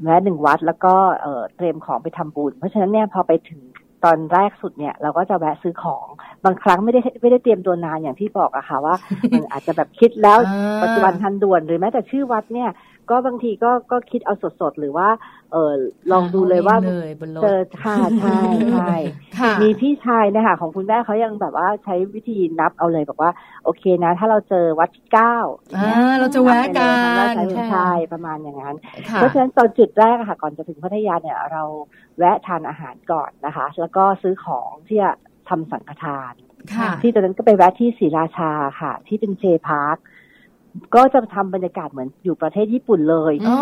[SPEAKER 7] แวะหนึ่งวัดแล้วก็เอ่อเตรียมของไปทำบุญ เพราะฉะนั้นเนี่ยพอไปถึงตอนแรกสุดเนี่ย เราก็จะแวะซื้อของบางครั้งไม่ได้ไม่ได้เตรียมตัวนานอย่างที่บอกอะค่ะว่า มันอาจจะแบบคิดแล้ว
[SPEAKER 4] อ่า
[SPEAKER 7] ปัจจุบันทันด่วนหรือแม้แต่ชื่อวัดเนี่ย ก็บางทีก็ก็คิดเอาสดๆหรือว่า เออลองดูเลยว่า
[SPEAKER 3] อเลยบนรถ
[SPEAKER 7] เจอค่ะใช่ใช่
[SPEAKER 4] ค่ะ
[SPEAKER 7] มีพี่ชายเนะคะของคุณแม่เขายังแบบว่าใช้วิธีนับเอาเลยบอกว่า โอเคนะ ถ้าเราเจอวัดที่เก้า
[SPEAKER 4] อ่าเราจะแวะกัน
[SPEAKER 7] นับไปเลย
[SPEAKER 3] ค่ะ
[SPEAKER 7] ใช่ประมาณอย่างนั้น
[SPEAKER 4] ค่ะ
[SPEAKER 7] เพราะฉะนั้นตอนจุดแรกอะค่ะ ก่อนจะถึงพัทยาเนี่ย เราแวะทานอาหารก่อนนะคะ แล้วก็ซื้อของที่จะทำสังฆทาน
[SPEAKER 4] ค่ะ
[SPEAKER 7] ที่ตอนนั้นก็ไปแวะที่ศรีราชาค่ะ ที่เป็นเจพาร์คก็จะทำบรรยากาศเหมือนอยู่ประเทศญี่ปุ่นเลย
[SPEAKER 4] อ๋อ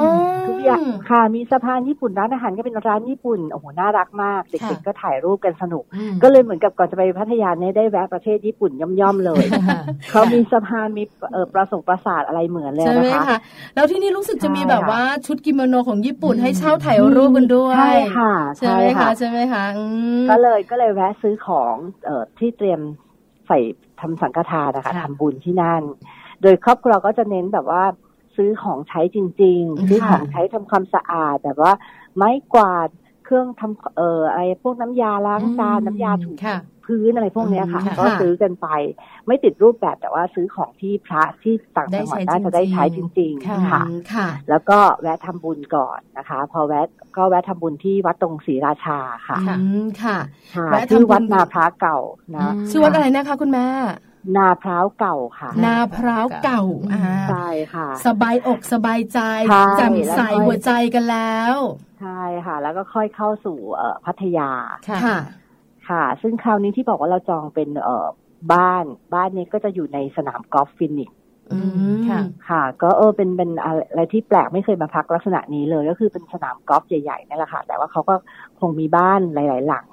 [SPEAKER 7] ทุกอย่างค่ะมีสะพานญี่ปุ่นร้านอาหารก็เป็นร้านญี่ปุ่นโอ้โหน่ารักมากเด็ก
[SPEAKER 3] ค่ะ
[SPEAKER 7] ๆก็ถ่ายรูปกันสนุก
[SPEAKER 3] อืม
[SPEAKER 7] ก็เลยเหมือนกับก่อนจะไปพัทยาเนี่ยได้แวะประเทศญี่ปุ่นย่อมๆเลย เขามีสะพานมีเอ่อประสงค์ประสาทอะไรเหมือนเลย
[SPEAKER 4] ใช่ไหม
[SPEAKER 7] นะคะ
[SPEAKER 4] คะแล้วที่นี่รู้สึกจะมี
[SPEAKER 7] ใช่
[SPEAKER 4] แบบ
[SPEAKER 7] ค่ะ
[SPEAKER 4] ว่าชุดกิโมโนของญี่ปุ่น
[SPEAKER 3] อืม
[SPEAKER 4] ให้เช่าถ่ายรูปกันด้วย
[SPEAKER 7] ใช่ค่ะ
[SPEAKER 4] ใช่ไหม
[SPEAKER 7] ใช่
[SPEAKER 4] คะ
[SPEAKER 7] ค่ะ
[SPEAKER 4] ใช่ไหมคะอืม
[SPEAKER 7] ก็เลยก็เลยแวะซื้อของเอ่อที่เตรียมใส่ทำสังฆทานนะคะ
[SPEAKER 3] ค่ะ
[SPEAKER 7] ทำบุญที่นั่น โดยครอบครัวก็จะเน้นแบบว่าซื้อของใช้จริงๆ ซื้อของใช้ทำความสะอาดแบบว่า ไม้กวาดเครื่องทำเอ่ออะไรพวกน้ำยาล้างจานน้ำยาถู
[SPEAKER 3] ค่ะ
[SPEAKER 7] พื้นอะไรพวกเนี้ยค่ะ
[SPEAKER 3] อืม
[SPEAKER 7] ก็ซื้อกันไป ไม่ติดรูปแบบแต่ว่าซื้อของที่พระที่ต่างจังหวัด
[SPEAKER 3] ได้ใช้
[SPEAKER 7] น่าจะได้ใช้
[SPEAKER 3] จ
[SPEAKER 7] จ
[SPEAKER 3] ริงๆ
[SPEAKER 7] ริง
[SPEAKER 3] ค่ะ
[SPEAKER 7] ๆ ค่ะ
[SPEAKER 4] อืมค่ะ
[SPEAKER 7] แล้วก็แวะทำบุญก่อนนะคะ พอแวะก็แวะทำบุญที่วัดตรงศรีราชาค่ะ
[SPEAKER 4] อืมค่ะ
[SPEAKER 7] ค่ะ
[SPEAKER 4] แวะทำบุญ
[SPEAKER 7] ชื่อวัดนาพร้าวเก่านะ
[SPEAKER 3] ม
[SPEAKER 4] ชื่อวัดอะไรนะคะคุณแม่
[SPEAKER 7] นาพร้าวเก่าค่ะ
[SPEAKER 3] น
[SPEAKER 4] นาพร้าวเก่าอ่า
[SPEAKER 7] ใช่ค่ะ
[SPEAKER 4] สบายอกสบายใจ
[SPEAKER 7] ใช่
[SPEAKER 4] แจำใสหัวใจกันแล้ว
[SPEAKER 7] ใช่ค่ะ แล้วก็ค่อยเข้าสู่เอ่อพัทยา
[SPEAKER 3] ค่ะ
[SPEAKER 4] ค่ะ
[SPEAKER 7] ค่ะ ซึ่งคราวนี้ที่บอกว่าเราจองเป็นเอ่อบ้านบ้านเนี้ก็จะอยู่ในสนามกอล์ฟฟินิกซ์
[SPEAKER 3] อืมค่ะ
[SPEAKER 7] ค่ะก็เออเป็นเป็นอะไรที่แปลกไม่เคยมาพักลักษณะนี้เลย ก็คือเป็นสนามกอล์ฟใหญ่ๆนั่นแหละค่ะ แต่ว่าเขาก็คงมีบ้านหลาย ๆ หลัง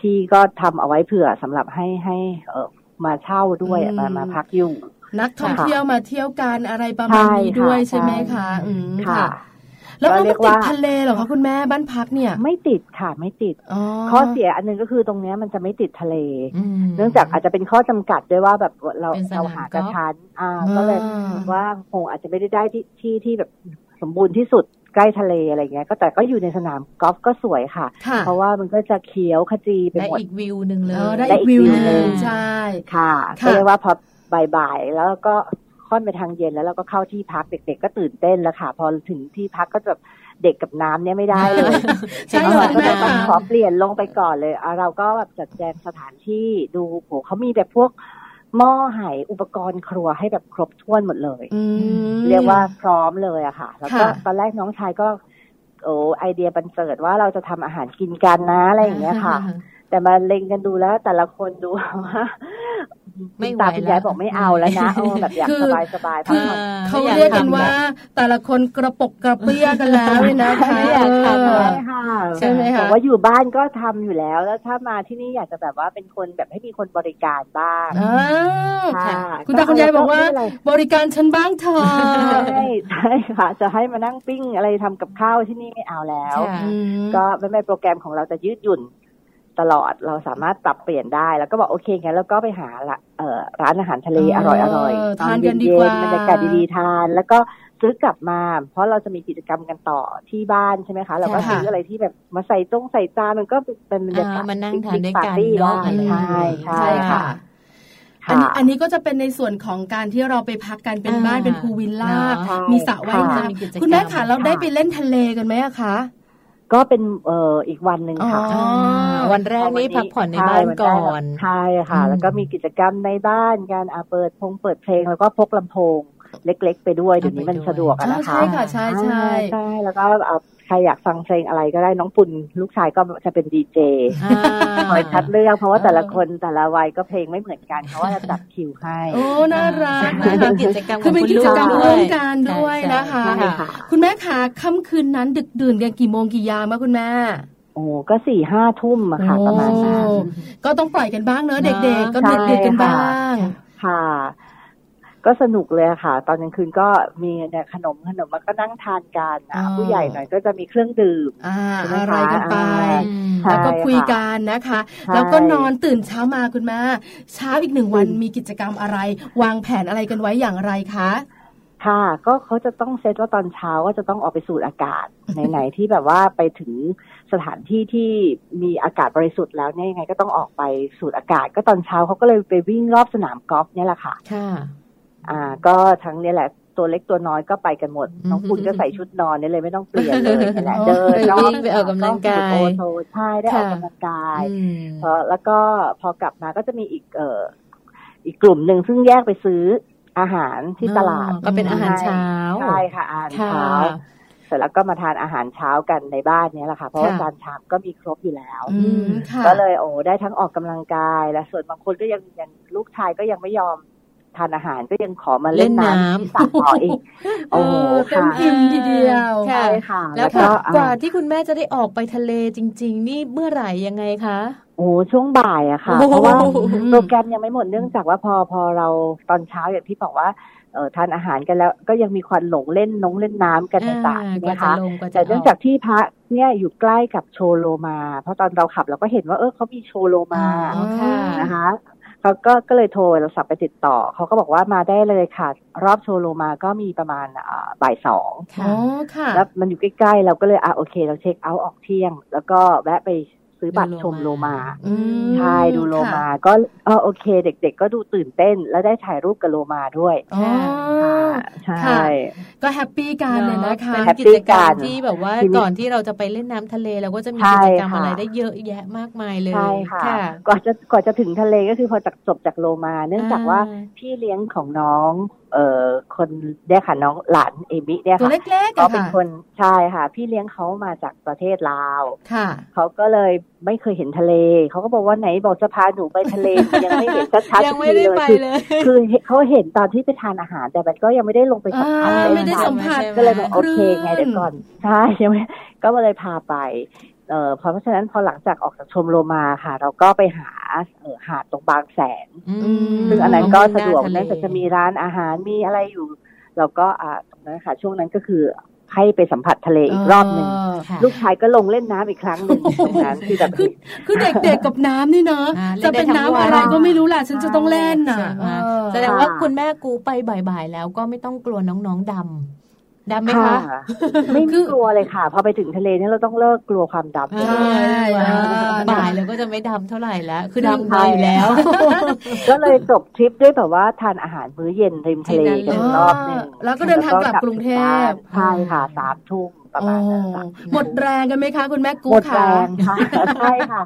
[SPEAKER 7] ที่ก็ทำเอาไว้เผื่อสำหรับให้ให้เออมาเช่าด้วย
[SPEAKER 4] อืม
[SPEAKER 7] มามาพักอยู่
[SPEAKER 4] นักท่อง
[SPEAKER 7] ค่ะ
[SPEAKER 4] เที่ยวมาเที่ยวกันอะไรประมาณนี้
[SPEAKER 7] ใช่ค่ะ
[SPEAKER 4] ด้วย
[SPEAKER 7] ใช่
[SPEAKER 4] ใช่ไหมคะอืม
[SPEAKER 7] ค่ะ
[SPEAKER 4] ค่ะ แล้ว
[SPEAKER 7] ก็
[SPEAKER 4] เขา
[SPEAKER 7] เรี
[SPEAKER 4] ไม่
[SPEAKER 7] ยก
[SPEAKER 4] ติ
[SPEAKER 7] ว่า
[SPEAKER 4] ดทะเลเหรอคะคุณแม่บ้านพักเนี่ย
[SPEAKER 7] ไม่ติดค่ะไม่ติด
[SPEAKER 4] อ๋อ
[SPEAKER 7] ข้อเสียอันหนึงก็คือตรงเนี้ยมันจะไม่ติดทะเล
[SPEAKER 3] อืม
[SPEAKER 7] เนื่องจากอาจจะเป็นข้อจำกัดด้วยว่าแบบเรา
[SPEAKER 3] เป็นสนาม
[SPEAKER 7] เราหากระ
[SPEAKER 3] กอล์ฟ
[SPEAKER 7] ชั้นอ่า
[SPEAKER 4] อ่า
[SPEAKER 7] ก็เลยว่าคงอาจจะไม่ได้ได้ที่ที่ที่แบบสมบูรณ์ที่สุดใกล้ทะเลอะไรเงี้ย ก็แต่ก็อยู่ในสนามกอล์ฟก็สวยค่ะ
[SPEAKER 4] ค่ะ
[SPEAKER 7] เพราะว่ามันก็จะเขียวขจีไป
[SPEAKER 3] ได้
[SPEAKER 7] หมด
[SPEAKER 3] อีกวิวหนึ่งเลย
[SPEAKER 4] เออได้
[SPEAKER 7] ได้
[SPEAKER 4] อีก
[SPEAKER 7] อีก
[SPEAKER 4] วิว
[SPEAKER 7] วิว
[SPEAKER 4] ห
[SPEAKER 7] หนึ่
[SPEAKER 4] นึ่ง
[SPEAKER 7] ง
[SPEAKER 4] ใช่
[SPEAKER 7] ค่ะ
[SPEAKER 4] ค่ะ
[SPEAKER 7] ก็เรียกว่าพอบ่ายๆแล้วก็ค่อนไปทางเย็นแล้วเราก็เข้าที่พักเด็กๆ ก็ตื่นเต้นแล้วค่ะ พอถึงที่พักก็จะแบบเด็กกับน้ำเนี่ยไม่ได้เลย
[SPEAKER 4] ใช่
[SPEAKER 3] อ
[SPEAKER 7] เอ
[SPEAKER 4] ค่ะ
[SPEAKER 7] อ
[SPEAKER 3] อ
[SPEAKER 4] คุณ
[SPEAKER 7] ก็
[SPEAKER 4] แม่
[SPEAKER 7] จะต้อง
[SPEAKER 4] ค่ะ
[SPEAKER 7] ขอเปลี่ยนลงไปก่อนเลยอ่ะเราก็แบบจัดแจงสถานที่ดูโหเขามีแบบพวกหม้อไหายอุปกรณ์ครัวให้แบบครบถ้วนหมดเลย
[SPEAKER 4] อืม
[SPEAKER 7] เรียกว่าพร้อมเลยอะค่ะ แล้วก็
[SPEAKER 4] ค่ะ
[SPEAKER 7] ตอนแรกน้องชายก็ โอ้ไอเดียบันเจิดว่าเราจะทำอาหารกินกันนะอะไรอย่างเงี้ยค่ะ แต่มาเล็งกันดูแล้วแต่ละคนดูว่า
[SPEAKER 3] ไม่ไหว
[SPEAKER 7] ตาคุณยาย
[SPEAKER 3] แล้ว
[SPEAKER 7] บอกไม่เอาแล้วนะ เออแบบอยาก
[SPEAKER 4] คือ
[SPEAKER 7] สบายสบายๆพั
[SPEAKER 4] คื
[SPEAKER 7] ก
[SPEAKER 4] อ
[SPEAKER 7] ผ่อน
[SPEAKER 4] เขาเรียกกันว่า แต่ละคนกระปกกระเปี้ยกันแล้วเลยนะคะ
[SPEAKER 7] ไม่อยากทำ
[SPEAKER 4] เอ
[SPEAKER 7] แล้
[SPEAKER 4] อ
[SPEAKER 7] ว ค่ะ
[SPEAKER 4] ใช่ไหมคะ
[SPEAKER 7] บอกว่าอยู่บ้านก็ทำอยู่แล้ว แล้วถ้ามาที่นี่อยากจะแบบว่าเป็นคนแบบให้มีคนบริการบ้าง
[SPEAKER 4] อ้าว
[SPEAKER 7] ค่ะ
[SPEAKER 4] คุณตาคุณยายบอกว่า
[SPEAKER 7] ไม่เป็นไร
[SPEAKER 4] บริการฉันบ้างเถอะ
[SPEAKER 7] ใช่ ใช่ค่ะ จะให้มานั่งปิ้งอะไรทำกับข้าวที่นี่ไม่เอาแล้ว
[SPEAKER 3] ค่ะ
[SPEAKER 4] อืม
[SPEAKER 7] ก็ไม่ไม่โปรแกรมของเราจะยืดหยุ่นตลอดเราสามารถปรับเปลี่ยนได้แล้วก็บอกโอเคงั้นแล้วก็ไปหาละเอ่อร้านอาหารทะเล
[SPEAKER 4] เออ
[SPEAKER 7] อร่อยอร่อย
[SPEAKER 4] ทานกันดีกว่า
[SPEAKER 7] บรรยากาศดีๆทาน แล้วก็ ซื้อกลับมา เพราะเราจะมีกิจกรรมกันต่อที่บ้านใช่ไหมคะ เราก็
[SPEAKER 3] ใช่ค่ะ
[SPEAKER 7] ซื้ออะไรที่แบบมาใส่จงใส่จานมันก็เป็นบรรยากาศ
[SPEAKER 3] อ่ามานั่ง
[SPEAKER 7] ปิ๊ก
[SPEAKER 3] ทานด้วย
[SPEAKER 7] ปา
[SPEAKER 3] กัน
[SPEAKER 7] ร์ตี้
[SPEAKER 3] เนอะ
[SPEAKER 7] ได้
[SPEAKER 3] อืม
[SPEAKER 7] ใช่ใช่
[SPEAKER 4] ใช่
[SPEAKER 7] ค่ะ
[SPEAKER 4] ค่ะ อันนี้อันนี้ก็จะเป็นในส่วนของการที่เราไปพักกันเป็น
[SPEAKER 3] อ่า
[SPEAKER 4] บ้านเป็นพูลวิลล่า
[SPEAKER 3] เนอะ
[SPEAKER 4] มีสระว่าย
[SPEAKER 3] ค่ะมีกิจกรร
[SPEAKER 4] น้ำ
[SPEAKER 3] ม
[SPEAKER 4] คุณแม่ค่ะเราได้ไปเล่นทะเลกันไหมอะคะ
[SPEAKER 7] ก็เป็นเอ่ออีกวันหนึ่งค่ะ
[SPEAKER 4] อ๋อ
[SPEAKER 3] วันแรกนี่พักผ่อนในบ้านก่อน
[SPEAKER 7] ใช่ค่ะ
[SPEAKER 3] อืม
[SPEAKER 7] แล้วก็มีกิจกรรมในบ้านการอาเปิดพงเปิดเพลงแล้วก็พกลำโพง เล็ก ๆ ไปด้วยเดี๋ยวนี้มัน
[SPEAKER 3] เอาไปด้วย
[SPEAKER 7] สะดวกอะ
[SPEAKER 4] อ่า
[SPEAKER 7] นะคะ
[SPEAKER 4] ใช่ค่ะใช่ใช่
[SPEAKER 7] ใช่แล้วก็เอาใครอยากฟังเพลงอะไรก็ได้น้องปุ่นลูกชายก็จะเป็นดีเจ
[SPEAKER 3] อ่า
[SPEAKER 7] คอยคัดเลือกเพราะว่า
[SPEAKER 3] เออ
[SPEAKER 7] แต่ละคนแต่ละวัยก็เพลงไม่เหมือนกันเพราะว่าจะจัดคิวให้
[SPEAKER 4] โอ้น่ารัก
[SPEAKER 3] น่า
[SPEAKER 4] นะ
[SPEAKER 3] รั
[SPEAKER 4] คะ
[SPEAKER 3] กกิจกรรมข
[SPEAKER 4] คือ
[SPEAKER 3] อง
[SPEAKER 4] เป็น
[SPEAKER 3] คุ
[SPEAKER 4] กิ
[SPEAKER 3] ณลู
[SPEAKER 4] จ
[SPEAKER 3] ก
[SPEAKER 4] กรรม
[SPEAKER 3] ด้
[SPEAKER 4] ร่
[SPEAKER 3] ว
[SPEAKER 4] วย มกันด้วยนะคะ
[SPEAKER 3] ใช่ใช่ค่ะ
[SPEAKER 4] คุณแม่คะค่ำคืนนั้นดึกดื่นกันกี่โมงกี่ยามอะคุณแม่
[SPEAKER 7] โอ้ก็สี่ห้าทุ่มอะค่ะประมาณนั้น
[SPEAKER 4] โอ้ก็ต้องปล่อยกันบ้างเนอะ
[SPEAKER 3] เน
[SPEAKER 4] เด็
[SPEAKER 3] อะ
[SPEAKER 4] กๆ ก็เด็กๆกันบ้าง
[SPEAKER 7] ค่ะ ก็สนุกเลยค่ะ ตอนกลางคืนก็มีเนี่ยขนมขนมมันก็นั่งทานกันอ่ะ
[SPEAKER 4] อ๋อ
[SPEAKER 7] ผู้ใหญ่หน่อยก็จะมีเครื่องดื่ม
[SPEAKER 4] อ่า
[SPEAKER 7] ใช่ไหม
[SPEAKER 4] อะ
[SPEAKER 7] คะ
[SPEAKER 4] ไรกันไป
[SPEAKER 7] อ่า
[SPEAKER 3] อืม
[SPEAKER 7] ใช่
[SPEAKER 4] แล้วก็คุย
[SPEAKER 7] ค่ะ
[SPEAKER 4] กันนะคะ
[SPEAKER 7] ใช่
[SPEAKER 4] แล้วก็นอนตื่นเช้ามาคุณแม่เช้าอีกหนึ่งวันมีกิจกรรมอะไร วางแผนอะไรกันไว้อย่างไรคะ
[SPEAKER 7] ค่ะ ก็เขาจะต้องเซตว่าตอนเช้าก็จะต้องออกไปสูดอา กาศ ไหนๆที่แบบว่าไปถึงสถานที่ที่มีอากาศบริสุทธิ์แล้วเนี่ยยังไงก็ต้องออกไปสูดอากาศ ก็ตอนเช้าเขาก็เลยไปวิ่งรอบสนามกอล์ฟเนี่ยแหละค่ะ
[SPEAKER 3] ค่ะ
[SPEAKER 7] อ่า ก็ทั้งเนี่ยแหละตัวเล็กตัวน้อยก็ไปกันหมด
[SPEAKER 3] อืม
[SPEAKER 7] น้องคุณก็ใส่ชุดนอนเนี่ยเลยไม่ต้องเปลี่ยนเลยเนี่ยแหละ
[SPEAKER 4] อ๋อ
[SPEAKER 7] เดิน
[SPEAKER 3] ไปวิ่ง
[SPEAKER 7] รบ
[SPEAKER 3] ไปออกกำลังกาย
[SPEAKER 7] รอบโอโซนใช่ได้อ
[SPEAKER 3] ค่ะ
[SPEAKER 7] อกกำลังกาย
[SPEAKER 3] อืม
[SPEAKER 7] พอแล้วก็พอกลับมาก็จะมีอีกเอ่ออีกกลุ่มหนึ่งซึ่งแยกไปซื้ออาหารที่ตลาด
[SPEAKER 3] อ๋อก็เป็นอาหารเช้า
[SPEAKER 7] ใช่ค่ะอาหาร
[SPEAKER 3] ค่ะ
[SPEAKER 7] เช้าเสร็จแล้วก็มาทานอาหารเช้ากันในบ้านเนี้ยแหละค่ะ เพราะว่า
[SPEAKER 3] ค่ะ
[SPEAKER 7] จานชามก็มีครบอยู่แล้ว
[SPEAKER 4] อืมค่ะ
[SPEAKER 7] ก็เลยโอ้ได้ทั้งออกกำลังกาย และส่วนบางคนก็ยังยังลูกชายก็ยังไม่ยอมทานอาหารก็ยังขอมาเล่นน้ำที่สระต่ออีก
[SPEAKER 4] เอ
[SPEAKER 7] โอ้โห
[SPEAKER 4] อเต็ม
[SPEAKER 7] ค่ะ
[SPEAKER 4] อิ่มทีเดียว
[SPEAKER 3] ค่ะ
[SPEAKER 7] ใช่ค่ะ
[SPEAKER 3] แล้วกว่าที่คุณแม่จะได้ออกไปทะเลจริง ๆ นี่เมื่อไหร่ยังไงคะ
[SPEAKER 7] โอ้ช่วงบ่ายอะค่ะ
[SPEAKER 3] โอ้
[SPEAKER 7] เพราะว่า
[SPEAKER 3] อืม
[SPEAKER 7] โปรแกรมยังไม่หมดเนื่องจากว่าพอพอเราตอนเช้าอย่างที่บอกว่าเออทานอาหารกันแล้วก็ยังมีควันหลงเล่นน้องเล่นน้ำกันในสระ
[SPEAKER 3] า
[SPEAKER 7] ใช่
[SPEAKER 3] ก
[SPEAKER 7] ไหม
[SPEAKER 3] ว่าจะ
[SPEAKER 7] คะ
[SPEAKER 3] ลงกว่าจะ
[SPEAKER 7] แต่เนื่องจากที่พระเนี่ยอยู่ใกล้กับโชโลมา เพราะตอนเราขับเราก็เห็นว่าเออเขามีโชโล
[SPEAKER 3] อ๋
[SPEAKER 7] มา
[SPEAKER 3] อค่ะ
[SPEAKER 7] นะคะเขาก็ก็เลยโทรเราสับไปติดต่อเขาก็บอกว่ามาได้เลยค่ะ รอบโชโลมาก็มีประมาณอ่าบ่ายสอง
[SPEAKER 3] ค่ะ
[SPEAKER 4] อ๋อค่ะ
[SPEAKER 7] แล้วมันอยู่ใกล้ๆ เราก็เลยอ่ะโอเค เราเช็คเอาท์ออกเที่ยง แล้วก็แวะไปซื้อบัตร
[SPEAKER 3] ดูโลมา
[SPEAKER 7] ชมโลมา
[SPEAKER 4] อืม
[SPEAKER 7] ใช่ดูโลมา ก็เออโอเค เด็กๆ ก็ดูตื่นเต้น แล้วได้ถ่ายรูปกับโลมาด้วย
[SPEAKER 4] อ๋อ
[SPEAKER 7] ใช่
[SPEAKER 4] ค่ะ ก็แฮปปี้กันเนี่ยนะคะ
[SPEAKER 3] เป็น
[SPEAKER 7] แฮปปี้
[SPEAKER 3] กิจกรรม
[SPEAKER 7] กัน
[SPEAKER 3] ที่แบบว่า
[SPEAKER 7] ทีนี้
[SPEAKER 3] ก่อนที่เราจะไปเล่นน้ำทะเลเราก็จะมี
[SPEAKER 7] ใช่
[SPEAKER 3] กิจกรรม
[SPEAKER 7] ค่ะ
[SPEAKER 3] อะไรได้เยอะแยะมากมายเลย
[SPEAKER 7] ใช่ค่ะกว่อนจะกว่อนจะถึงทะเลก็คือพอจากจบจากโลมา เนื่องจากว่าพี่เลี้ยงของน้อง เอ่อคนเนี่ยค่ะน้องหลานเอมิเนี่ย
[SPEAKER 4] ตัว
[SPEAKER 7] ค่ะ
[SPEAKER 4] เล็กๆ
[SPEAKER 7] เขา
[SPEAKER 4] อะ
[SPEAKER 7] เป็น
[SPEAKER 4] ค่ะ
[SPEAKER 7] คนใช่ค่ะ พี่เลี้ยงเขามาจากประเทศลาว
[SPEAKER 4] ค่ะ
[SPEAKER 7] เขาก็เลยไม่เคยเห็นทะเล เขาก็บอกว่าไหนบอกจะพาหนูไปทะเล ยังไม่เห็นชัดๆสัก
[SPEAKER 3] ยัง
[SPEAKER 7] ที
[SPEAKER 3] ไม่ได้ไป
[SPEAKER 7] คือ
[SPEAKER 3] เลย
[SPEAKER 7] คือเห็นเขาเห็นตอนที่ไปทานอาหาร แต่มันก็ยังไม่ได้ลงไปสัมผัส
[SPEAKER 4] อ่า
[SPEAKER 7] เลย
[SPEAKER 4] ไม่ได้
[SPEAKER 7] นะคะ
[SPEAKER 4] สัมผัส
[SPEAKER 7] ก็เลยบอก
[SPEAKER 4] ค
[SPEAKER 7] โอ
[SPEAKER 4] ลื่น
[SPEAKER 7] เคไงเดี๋ยวก่อน ใช่ยังไม่ก็เลยพาไป เออเพราะฉะนั้นพอหลังจากออกจากชมโรมาค่ะ เราก็ไปหาเอ่อหาดตรงบางแสน
[SPEAKER 4] ม
[SPEAKER 7] ซึ่งอันนั้นก็สะดวก
[SPEAKER 3] หาทเล
[SPEAKER 7] นั่นก็จะมีร้านอาหารมีอะไรอยู่ เราก็อ่าตรงนั้นค่ะ ช่วงนั้นก็คือให้ไปสัมผัสทะเลอีกรอบหนึ่ง
[SPEAKER 4] เ
[SPEAKER 3] ค่ะ
[SPEAKER 7] ลูกชายก็ลงเล่นน้ำอีกครั้งหนึ่งตรงนั้นคือแบบ
[SPEAKER 4] คือคือเด็กๆกับน้ำนี่เนอะ
[SPEAKER 3] อ่าเล่
[SPEAKER 4] จะ
[SPEAKER 3] นได้
[SPEAKER 4] เป็น
[SPEAKER 3] ทั้ง
[SPEAKER 4] น้ำอะไร
[SPEAKER 3] วัน
[SPEAKER 4] ก็ไม่รู้แหละฉันจะต้องเล่นน่ะ
[SPEAKER 3] ใช่ไหม
[SPEAKER 4] เออ
[SPEAKER 3] แสดงว่าคุณแม่กูไปบ่ายๆแล้วก็ไม่ต้องกลัวน้องๆดำดำไหมคะ
[SPEAKER 7] ไม่
[SPEAKER 4] คือ
[SPEAKER 7] กลัวเลยค่ะ พอไปถึงทะเลเนี่ยเราต้องเลิกกลัวความดำ
[SPEAKER 4] ใช่อ่า
[SPEAKER 3] บ่ายแล้วก็จะไม่ดำเท่าไหร่แล้ว คือดำไปอยู่แล้ว
[SPEAKER 7] ก็เลยจบทริปด้วยแบบว่าทานอาหารมื้อเย็นริมทะเลกัน
[SPEAKER 3] ถึ
[SPEAKER 7] รอบหนึง
[SPEAKER 4] แล้วก็เดินทางกลับกรุงเทพ
[SPEAKER 7] ใช่ค่ะสามทุ่มประมาณนั้นค่ะ
[SPEAKER 4] โอ้หมดแรงกันไหมคะ คุณแม่
[SPEAKER 7] หม
[SPEAKER 4] กู้
[SPEAKER 7] ด
[SPEAKER 4] ค่ะ
[SPEAKER 7] แรงค่ะ ใช่ค่ะ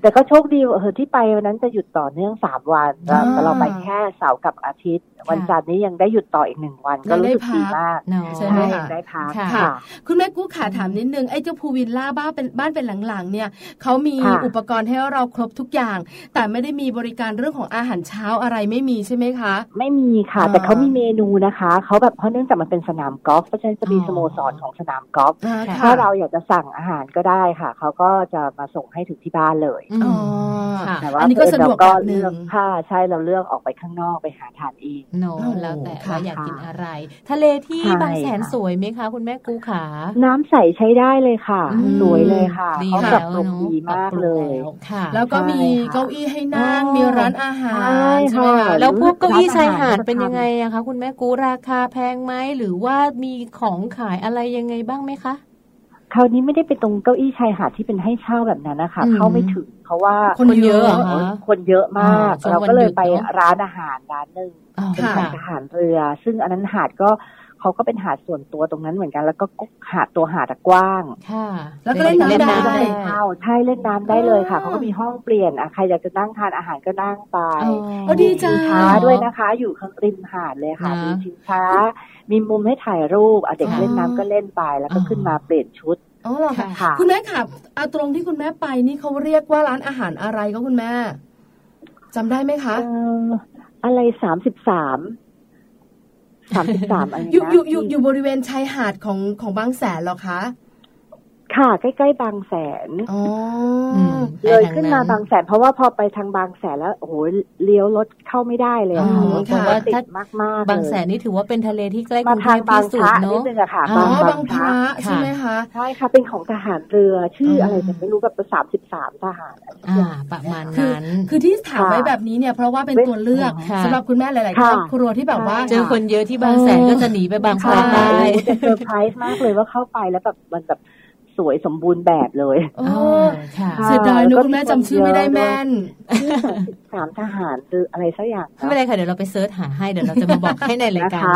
[SPEAKER 7] แต่ก็โชคดีว่าเออที่ไปวันนั้นจะหยุดต่อเนื่องสามวันเรา
[SPEAKER 4] อ่า
[SPEAKER 7] เราไปแค่เสาร์กับอาทิตย์ วันจันทร์นี้ยังได้หยุดต่ออีกหนึ่งวัน ก็รู้สึกดีมาก
[SPEAKER 3] เนาะ
[SPEAKER 4] ใช่ไหมคะ
[SPEAKER 7] ได้พัก
[SPEAKER 3] ค่ะ
[SPEAKER 7] ค่ะ
[SPEAKER 4] คุณแม่กู้ขาถามนิดนึงไอ้เจ้าภูวิลล่าบ้านเป็นบ้านเป็นหลังๆเนี่ยเขามี
[SPEAKER 7] ค่ะ
[SPEAKER 4] อุปกรณ์ให้เราครบทุกอย่าง แต่ไม่ได้มีบริการเรื่องของอาหารเช้าอะไรไม่มีใช่ไหมคะ
[SPEAKER 7] ไม่มีค่ะ
[SPEAKER 4] อ่า
[SPEAKER 7] แต่เขามีเมนูนะคะ เขาแบบเพราะเนื่องจากมันเป็นสนามกอล์ฟเพราะฉะนั้นจะมี
[SPEAKER 3] อ๋อ
[SPEAKER 7] สโมสรของสนามกอล์ฟ
[SPEAKER 4] อ่าค่ะ
[SPEAKER 7] ถ้าเราอยากจะสั่งอาหารก็ได้ค่ะ เขาก็จะมาส่งให้ถึงที่บ้านเลย
[SPEAKER 4] อ๋อ
[SPEAKER 3] ค่ะ
[SPEAKER 7] แต่ว่า
[SPEAKER 4] อันนี้ก็สะดวก
[SPEAKER 7] เราก็
[SPEAKER 4] แบบห
[SPEAKER 7] เลื
[SPEAKER 4] นึ่
[SPEAKER 7] อง กค่าใช่เราเลือกออกไปข้างนอกไปหาทานเอง
[SPEAKER 3] เนอะ
[SPEAKER 4] โอ้
[SPEAKER 3] แล้วแต่
[SPEAKER 4] ค่ะ
[SPEAKER 3] ว่าอยากกินอะไร ทะเลที่
[SPEAKER 7] ใช่
[SPEAKER 3] บางแสน
[SPEAKER 7] ค่ะ
[SPEAKER 3] สวยไหมคะคุณแม่กูขา
[SPEAKER 7] น้ำใสใช้ได้เลยค่ะ
[SPEAKER 3] อืม
[SPEAKER 7] สวยเลยค่ะ
[SPEAKER 3] ดี
[SPEAKER 7] เขาป
[SPEAKER 3] แล้
[SPEAKER 7] รับ
[SPEAKER 3] ว
[SPEAKER 7] ปรุง
[SPEAKER 3] เนาะ
[SPEAKER 7] ดีมากเลย
[SPEAKER 3] ปรับปรุงแล้วค่ะ
[SPEAKER 4] แล้วก็มี
[SPEAKER 7] ใช่ค่ะ
[SPEAKER 4] เก้าอี้ให้นั่ง
[SPEAKER 7] อ๋อ
[SPEAKER 4] มีร้านอาหารใช่ไหม
[SPEAKER 7] ใช่
[SPEAKER 4] คะ
[SPEAKER 7] ค่ะ
[SPEAKER 3] แล้วพวกเก้าอี้ชายหาด
[SPEAKER 7] ร้านอาหาร
[SPEAKER 3] เป็นยังไงอะคะคุณแม่กูราคาแพงไหมหรือว่ามีของขายอะไรยังไงบ้างไหมคะ
[SPEAKER 7] คราวนี้ไม่ได้เป็นตรงเก้าอี้ชายหาดที่เป็นให้เช่าแบบนั้นนะคะ
[SPEAKER 3] อืม
[SPEAKER 7] เข้าไม่ถึง เพราะว่า
[SPEAKER 4] คนเยอะเหรอ
[SPEAKER 7] โอ้ย
[SPEAKER 3] คะ
[SPEAKER 7] คนเยอะมาก
[SPEAKER 3] อ่าช่วง
[SPEAKER 7] เราก็เลยไป
[SPEAKER 3] วันหยุดเนอะ
[SPEAKER 7] ร้านอาหารร้านหนึ่ง
[SPEAKER 3] อ๋อ
[SPEAKER 7] เป็น
[SPEAKER 4] ค่ะ
[SPEAKER 7] หาดอาหารเรือ ซึ่งอันนั้นหาดก็เขาก็เป็นหาดส่วนตัวตรงนั้นเหมือนกัน แล้วก็หาดตัวหาดอะกว้าง
[SPEAKER 3] ค่ะ
[SPEAKER 4] แล้วก็เล่นน้ำ
[SPEAKER 3] เล่นน้ำ
[SPEAKER 4] ได้
[SPEAKER 3] ได้
[SPEAKER 7] เข้าใช่เล่นน้ำได้เลยค่ะ
[SPEAKER 4] อ๋อ
[SPEAKER 7] เขาก็มีห้องเปลี่ยนอ่ะใครอยากจะนั่งทานอาหารก็นั่งไป
[SPEAKER 3] อ๋อ
[SPEAKER 4] เออดีจัง
[SPEAKER 7] มีช้าด้วยนะคะ อยู่ข้างริมหาดเลยค่ะ
[SPEAKER 3] นะ
[SPEAKER 7] มีชิงช้า มีมุมให้ถ่ายรูปอ่ะเด็ก
[SPEAKER 3] ค่ะ
[SPEAKER 7] เล่นน้ำก็เล่นไปแล้วก็
[SPEAKER 3] อ๋อ
[SPEAKER 7] ขึ้นมาเปลี่ยนชุด
[SPEAKER 4] อ๋อเหรอคะ
[SPEAKER 7] ค่ะ
[SPEAKER 4] คุณแม่ค่ะเอาตรงที่คุณแม่ไปนี่เขาเรียกว่าร้านอาหารอะไรก็คุณแม่จำได้ไหมคะ
[SPEAKER 7] เอ่ออะไรสามสิบสามสามสิบสามอะไรนะ
[SPEAKER 4] อยู่อยู่อยู่อยู่บริเวณชายหาดของของบางแสนเหรอคะ
[SPEAKER 7] ค่ะ ใกล้ๆบางแสน
[SPEAKER 4] อ๋ออ
[SPEAKER 3] ม
[SPEAKER 7] เลยขึ้นมา
[SPEAKER 3] ไปท
[SPEAKER 7] บางแสน เพราะว่าพอไปทางบางแสนแล้วโอ้โหเลี้ยวรถเข้าไม่ได้เลย
[SPEAKER 3] อ๋อ
[SPEAKER 7] ค่ะ
[SPEAKER 3] ถือ
[SPEAKER 7] รถร
[SPEAKER 3] ว่า
[SPEAKER 7] ถติ
[SPEAKER 3] ถ้า
[SPEAKER 7] ดมากๆ
[SPEAKER 3] บาง
[SPEAKER 7] เลย
[SPEAKER 3] แสนนี่ถือว่าเป็นทะเลที่ใกล้ก
[SPEAKER 7] มา
[SPEAKER 3] รุงเท
[SPEAKER 7] ทาง
[SPEAKER 3] พ
[SPEAKER 7] บาง
[SPEAKER 3] ที่สุด
[SPEAKER 7] พระนิด
[SPEAKER 3] เนาะ
[SPEAKER 7] นึงอะค่ะ
[SPEAKER 3] อ๋
[SPEAKER 4] อ๋อบ
[SPEAKER 3] าง
[SPEAKER 4] บางพระใช่ไหมคะ
[SPEAKER 7] ใช่ค่ะ เป็นของทหารเรือ ชื่อ
[SPEAKER 4] ม
[SPEAKER 7] อะไรผมไม่รู้แบบสามสิบสามทหารอะไรสัก
[SPEAKER 3] อ่า
[SPEAKER 7] อย่าง
[SPEAKER 3] ประมาณ
[SPEAKER 4] คือ
[SPEAKER 3] นั้น
[SPEAKER 4] คือที่ถาม
[SPEAKER 7] ค่ะ
[SPEAKER 4] ไว้แบบนี้เนี่ยเพราะว่าเป็นตัวเลือก
[SPEAKER 3] ค่ะ
[SPEAKER 4] สำหรับคุณแม่หลาย ๆค
[SPEAKER 7] ค่ะ
[SPEAKER 4] รอบครัวที่แบบว่า
[SPEAKER 3] เจอคนเยอะที่บางแสนก็จะหนีไปบางพ
[SPEAKER 7] ใช่
[SPEAKER 3] ระได้
[SPEAKER 7] แต่เซอร์ไพรส์มากเลยว่าเข้าไปแล้วแบบมันแบบสวยสมบูรณ์แบบ เลย
[SPEAKER 4] โอ้
[SPEAKER 3] อ๋อค่ะ
[SPEAKER 4] เสียดายเนอะคุณแม่จำชื่อไม่ได้แม่น
[SPEAKER 7] สามทหารหรืออะไรสักอย่าง
[SPEAKER 3] ไม่เป็นไรค่ะ เดี๋ยวเราไปเซิร์ชหาให้เดี๋ยวเราจะมาบอกให้ในราย
[SPEAKER 7] นะ
[SPEAKER 3] การ
[SPEAKER 7] คะ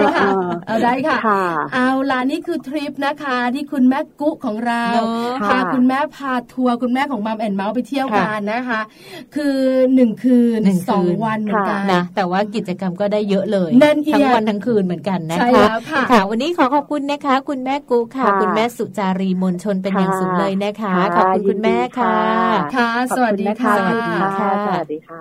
[SPEAKER 3] นะคะ
[SPEAKER 7] เออ
[SPEAKER 4] ได้ค่ะเอาได้ค่ะ
[SPEAKER 7] ค่ะ
[SPEAKER 4] เอาล่ะนี่คือทริปนะคะ ที่คุณแม่กุ๊กของเรา
[SPEAKER 3] เนอะ
[SPEAKER 4] พา
[SPEAKER 7] ค่ะ
[SPEAKER 4] คุณแม่พาทัวร์คุณแม่ของมัมแอนเมาส์ไปเที่ยวกันนะคะ คือหนึ่งคืน
[SPEAKER 3] หนึ่งคืน
[SPEAKER 4] สองวันเหมือนกัน
[SPEAKER 3] นะแต่ว่ากิจกรรมก็ได้เยอะเลย
[SPEAKER 4] แน่นเอียด
[SPEAKER 3] ทั้งวันทั้งคืนเหมือนกันนะ
[SPEAKER 4] ใช่
[SPEAKER 3] คะ
[SPEAKER 4] แล้วค่ะ
[SPEAKER 3] วันนี้ขอขอบคุณนะคะ คุณแม่กูค่ะ
[SPEAKER 7] ค่ะ
[SPEAKER 3] คุณแม่สุจารีมนชนเป็นอย่างสูงเลยนะคะ
[SPEAKER 7] ค่ะ
[SPEAKER 3] ขอบคุณคุณแม่ค่ะ
[SPEAKER 7] ยินดี
[SPEAKER 4] ค่ะ
[SPEAKER 7] ขอบ
[SPEAKER 4] สวัส
[SPEAKER 7] ณ
[SPEAKER 4] ดี
[SPEAKER 7] น
[SPEAKER 4] ค่ะ
[SPEAKER 7] สวัสดีค่ะ
[SPEAKER 3] ค่ะ
[SPEAKER 7] สวัสดีค่ะ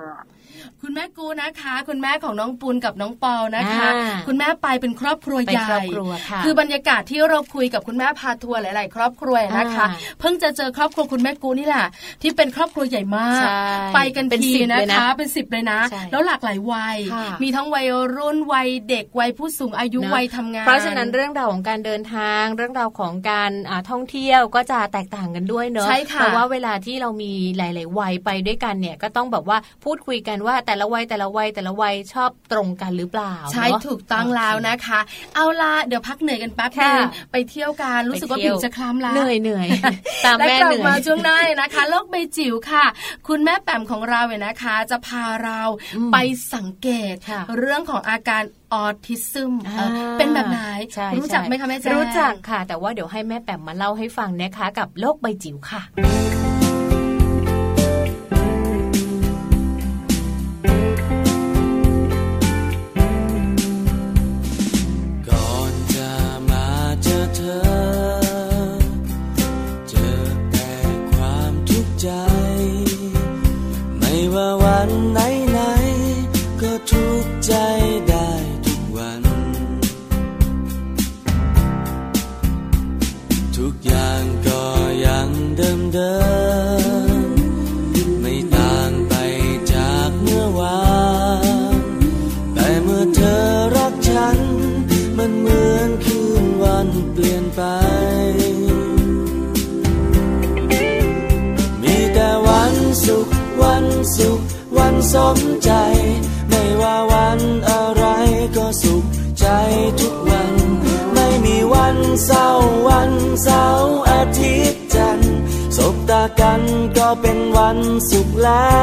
[SPEAKER 4] คุณแม่กูนะคะ คุณแม่ของน้องปูนกับน้องเปานะคะ
[SPEAKER 3] อ่า
[SPEAKER 4] คุณแม่ไปเป็นครอบครัว
[SPEAKER 3] ไป
[SPEAKER 4] ให
[SPEAKER 3] ครอ
[SPEAKER 4] ญ่
[SPEAKER 3] บครัวค่ะ
[SPEAKER 4] คือบรรยากาศที่เราคุยกับคุณแม่พาทัวร์หลาย ๆ ครอบครัวนะคะ
[SPEAKER 3] อ่า
[SPEAKER 4] เพิ่งจะเจอครอบครัวคุณแม่กูนี่แหละที่เป็นครอบครัวใหญ่มาก
[SPEAKER 3] ใช่
[SPEAKER 4] ไปกัน
[SPEAKER 3] เป็น
[SPEAKER 4] ที
[SPEAKER 3] สิบ
[SPEAKER 4] นะ
[SPEAKER 3] เลยนะ
[SPEAKER 4] คะเป็นสิบเลยนะ
[SPEAKER 3] ใช่
[SPEAKER 4] แล้วหลากหลายวัย
[SPEAKER 3] ค่ะ
[SPEAKER 4] มีทั้งวัยรุ่นวัยเด็กวัยผู้สูงอายุ
[SPEAKER 3] เนอะ
[SPEAKER 4] วัยทำงาน
[SPEAKER 3] เพราะฉะนั้นเรื่องราวของการเดินทาง เรื่องราวของการอ่าท่องเที่ยวก็จะแตกต่างกันด้วยเนอะ
[SPEAKER 4] ใช่ค่ะ
[SPEAKER 3] เพราะว่าเวลาที่เรามีหลาย ๆ วัยไปด้วยกันเนี่ยก็ต้องแบบว่าพูดคุยกันว่าแต่ละวัยแต่ละวัยแต่ละวัยชอบตรงกันหรือเปล่า
[SPEAKER 4] ใช่
[SPEAKER 3] เนอะ
[SPEAKER 4] ถูกต้องแล้วนะคะ เอาล่ะเดี๋ยวพักเหนื่อยกันแป๊บนึ
[SPEAKER 3] ค่ะ
[SPEAKER 4] งไปเที่ยวกันรู้สึกว่า
[SPEAKER 3] ไปเที่
[SPEAKER 4] ผิ
[SPEAKER 3] ยว
[SPEAKER 4] วจะคล้ำแล้ว
[SPEAKER 3] เหนื่อยเหนื่อย ตาม
[SPEAKER 4] และ
[SPEAKER 3] แม่
[SPEAKER 4] กลับ
[SPEAKER 3] เหนื่อ
[SPEAKER 4] มาย ช่วงหน้านะคะ โลกใบจิ๋วค่ะ คุณแม่แปมของเราเนี่ยนะคะ จะพาเรา
[SPEAKER 3] อืม
[SPEAKER 4] ไปสังเกต
[SPEAKER 3] ค่ะ
[SPEAKER 4] เรื่องของอาการออทิซึมเอ่ออา เป็นแบบไหน
[SPEAKER 3] ใช่
[SPEAKER 4] รู้จัก
[SPEAKER 3] ใช่
[SPEAKER 4] ไหมคะแม่แจง
[SPEAKER 3] รู้จักค่ะ แต่ว่าเดี๋ยวให้แม่แปมมาเล่าให้ฟังนะคะกับโลกใบจิ๋วค่ะ
[SPEAKER 2] ก่อนจะมาเจอเธอ เจอแต่ความทุกข์ใจ ไม่ว่าวันไหนไหนๆก็ทุกข์ใจได้ทุกวัน ทุกอย่างก็ยังเดิมเดิมๆไม่ต่างไปจากเมื่อวาน แต่เมื่อเธอรักฉัน มันเหมือนคืนวันเปลี่ยนไป มีแต่วันสุข วันสุข วันสมใจ ไม่ว่าวันอะไรก็สุขใจทุกวัน ไม่มีวันเศร้าวันเสาร์อาทิตย์จันทร์สบตากันก็เป็นวันสุขแล้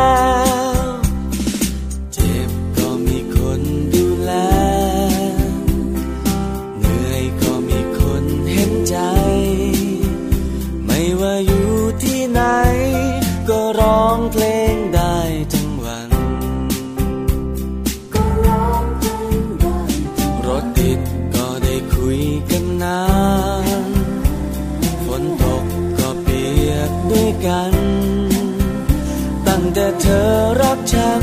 [SPEAKER 2] ว เจ็บก็มีคนดูแล เหนื่อยก็มีคนเห็นใจ ไม่ว่าอยู่ที่ไหน ก็ร้องเพลงได้ทั้งวัน รถติดก็ได้คุยกันนาน ฝนตกก็เปียกด้วยกัน ตั้งแต่เธอรักฉัน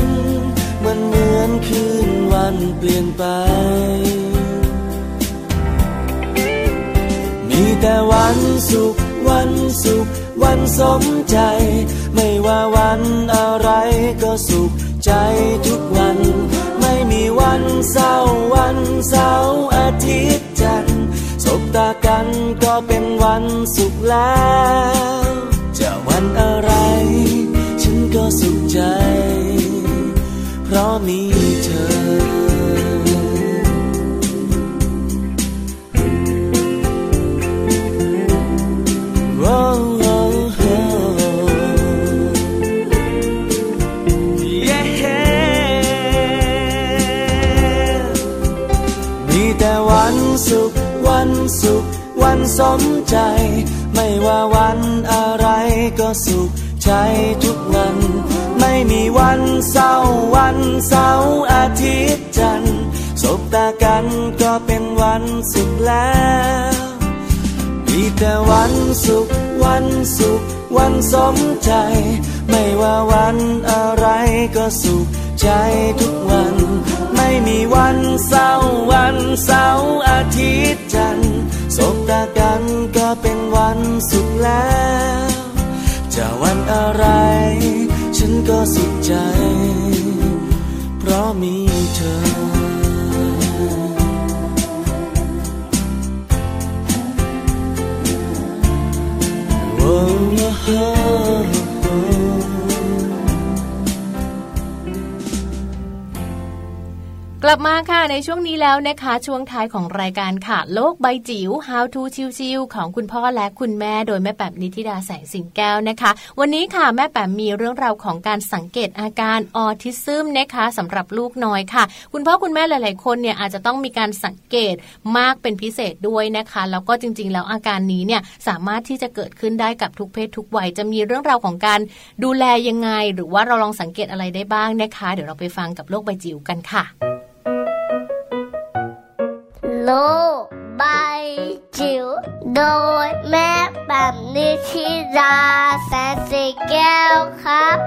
[SPEAKER 2] มันเหมือนคืนวันเปลี่ยนไป มี แต่วันสุข วันสุข วันสมใจ ไม่ว่าวันอะไรก็สุขใจทุกวัน ไม่มีวันเศร้าวันเสาร์อาทิตย์จันทร์สบตากันก็เป็นวันสุขแล้ว จะวันอะไร ฉันก็สุขใจ เพราะมีเธอ Oh, oh, oh. Yeah. มีแต่วันสุข วันสุข วันสมใจ ไม่ว่าวันอะไรก็สุขใจทุกวัน ไม่มีวันเศร้าร์วันเสาร์อาทิตย์จันทร์สบตากันก็เป็นวันสุขแล้ว มีแต่วันสุข วันสุข วันสมใจ ไม่ว่าวันอะไรก็สุขใจทุกวัน ไม่มีวันเศร้าร์วันเสาร์อาทิตย์จันทร์สบตากันก็เป็นวันสุขแล้ว จะวันอะไร ฉันก็สุขใจ เพราะมีเธอ
[SPEAKER 3] กลับมาค่ะในช่วงนี้แล้วนะคะ ช่วงท้ายของรายการค่ะ โลกใบจิ๋ว How to ชิวๆของคุณพ่อและคุณแม่โดยแม่แปมนิธิดาแสงสิงแก้วนะคะ วันนี้ค่ะแม่แปมมีเรื่องราวของการสังเกตอาการออทิซึมนะคะสำหรับลูกน้อยค่ะ คุณพ่อคุณแม่หลาย ๆ คนเนี่ยอาจจะต้องมีการสังเกตมากเป็นพิเศษด้วยนะคะ แล้วก็จริง ๆ แล้วอาการนี้เนี่ยสามารถที่จะเกิดขึ้นได้กับทุกเพศทุกวัยจะมีเรื่องราวของการดูแลยังไง หรือว่าเราลองสังเกตอะไรได้บ้างนะคะ เดี๋ยวเราไปฟังกับโลกใบจิ๋วกันค่ะ
[SPEAKER 1] Lô bay chiều đôi mép bằng đi khi ra sẽ xì keo khắp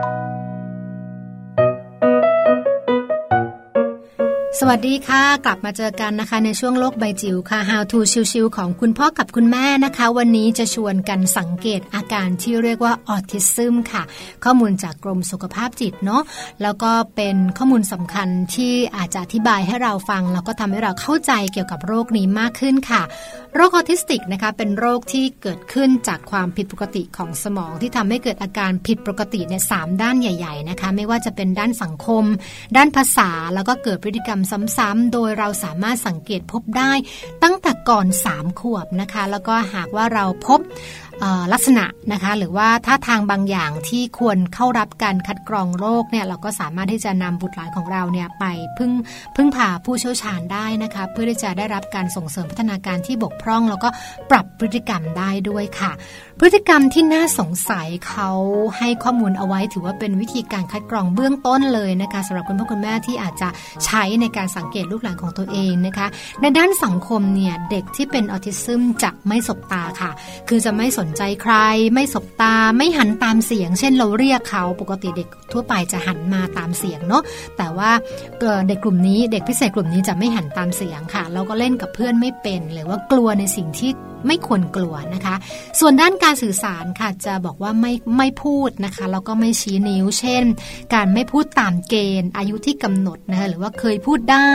[SPEAKER 7] สวัสดีค่ะ กลับมาเจอกันนะคะ ในช่วงโลกใบจิ๋วค่ะ How to ชิวๆของคุณพ่อกับคุณแม่นะคะ วันนี้จะชวนกันสังเกตอาการที่เรียกว่าออทิซึมค่ะ ข้อมูลจากกรมสุขภาพจิตเนาะแล้วก็เป็นข้อมูลสำคัญที่อาจจะอธิบายให้เราฟัง แล้วก็ทำให้เราเข้าใจเกี่ยวกับโรคนี้มากขึ้นค่ะ โรคออทิสติกนะคะเป็นโรคที่เกิดขึ้นจากความผิดปกติของสมองที่ทำให้เกิดอาการผิดปกติเนี่ยสามด้านใหญ่ ๆนะคะ ไม่ว่าจะเป็นด้านสังคม ด้านภาษาแล้วก็เกิดพฤติกรรมซ้ำๆโดยเราสามารถสังเกตพบได้ ตั้งแต่ก่อน 3 ขวบนะคะ แล้วก็หากว่าเราพบเอ่อลักษณะนะคะ หรือว่าท่าทางบางอย่างที่ควรเข้ารับการคัดกรองโรคเนี่ยเราก็สามารถที่จะนำบุตรหลานของเราเนี่ยไปพึ่งพึ่งพาผู้เชี่ยวชาญได้นะคะ เพื่อที่จะได้รับการส่งเสริมพัฒนาการที่บกพร่อง แล้วก็ปรับพฤติกรรมได้ด้วยค่ะ พฤติกรรมที่น่าสงสัยเขาให้ข้อมูลเอาไว้ถือว่าเป็นวิธีการคัดกรองเบื้องต้นเลยนะคะสำหรับคุณพ่อคุณแม่ที่อาจจะใช้ในการสังเกตลูกหลานของตัวเองนะคะ ในด้านสังคมเนี่ยเด็กที่เป็นออทิซึมจะไม่สบตาค่ะ คือจะไม่สนใจใคร ไม่สบตาไม่หันตามเสียง เช่นเราเรียกเขาปกติเด็กทั่วไปจะหันมาตามเสียงเนาะแต่ว่าเอ่อเด็กกลุ่มนี้เด็กพิเศษกลุ่มนี้จะไม่หันตามเสียงค่ะแล้วก็เล่นกับเพื่อนไม่เป็น หรือว่ากลัวในสิ่งที่ไม่ควรกลัวนะคะ ส่วนด้านการสื่อสารค่ะจะบอกว่าไม่ไม่พูดนะคะแล้วก็ไม่ชี้นิ้ว เช่น การไม่พูดตามเกณฑ์อายุที่กำหนดนะคะหรือว่าเคยพูดได้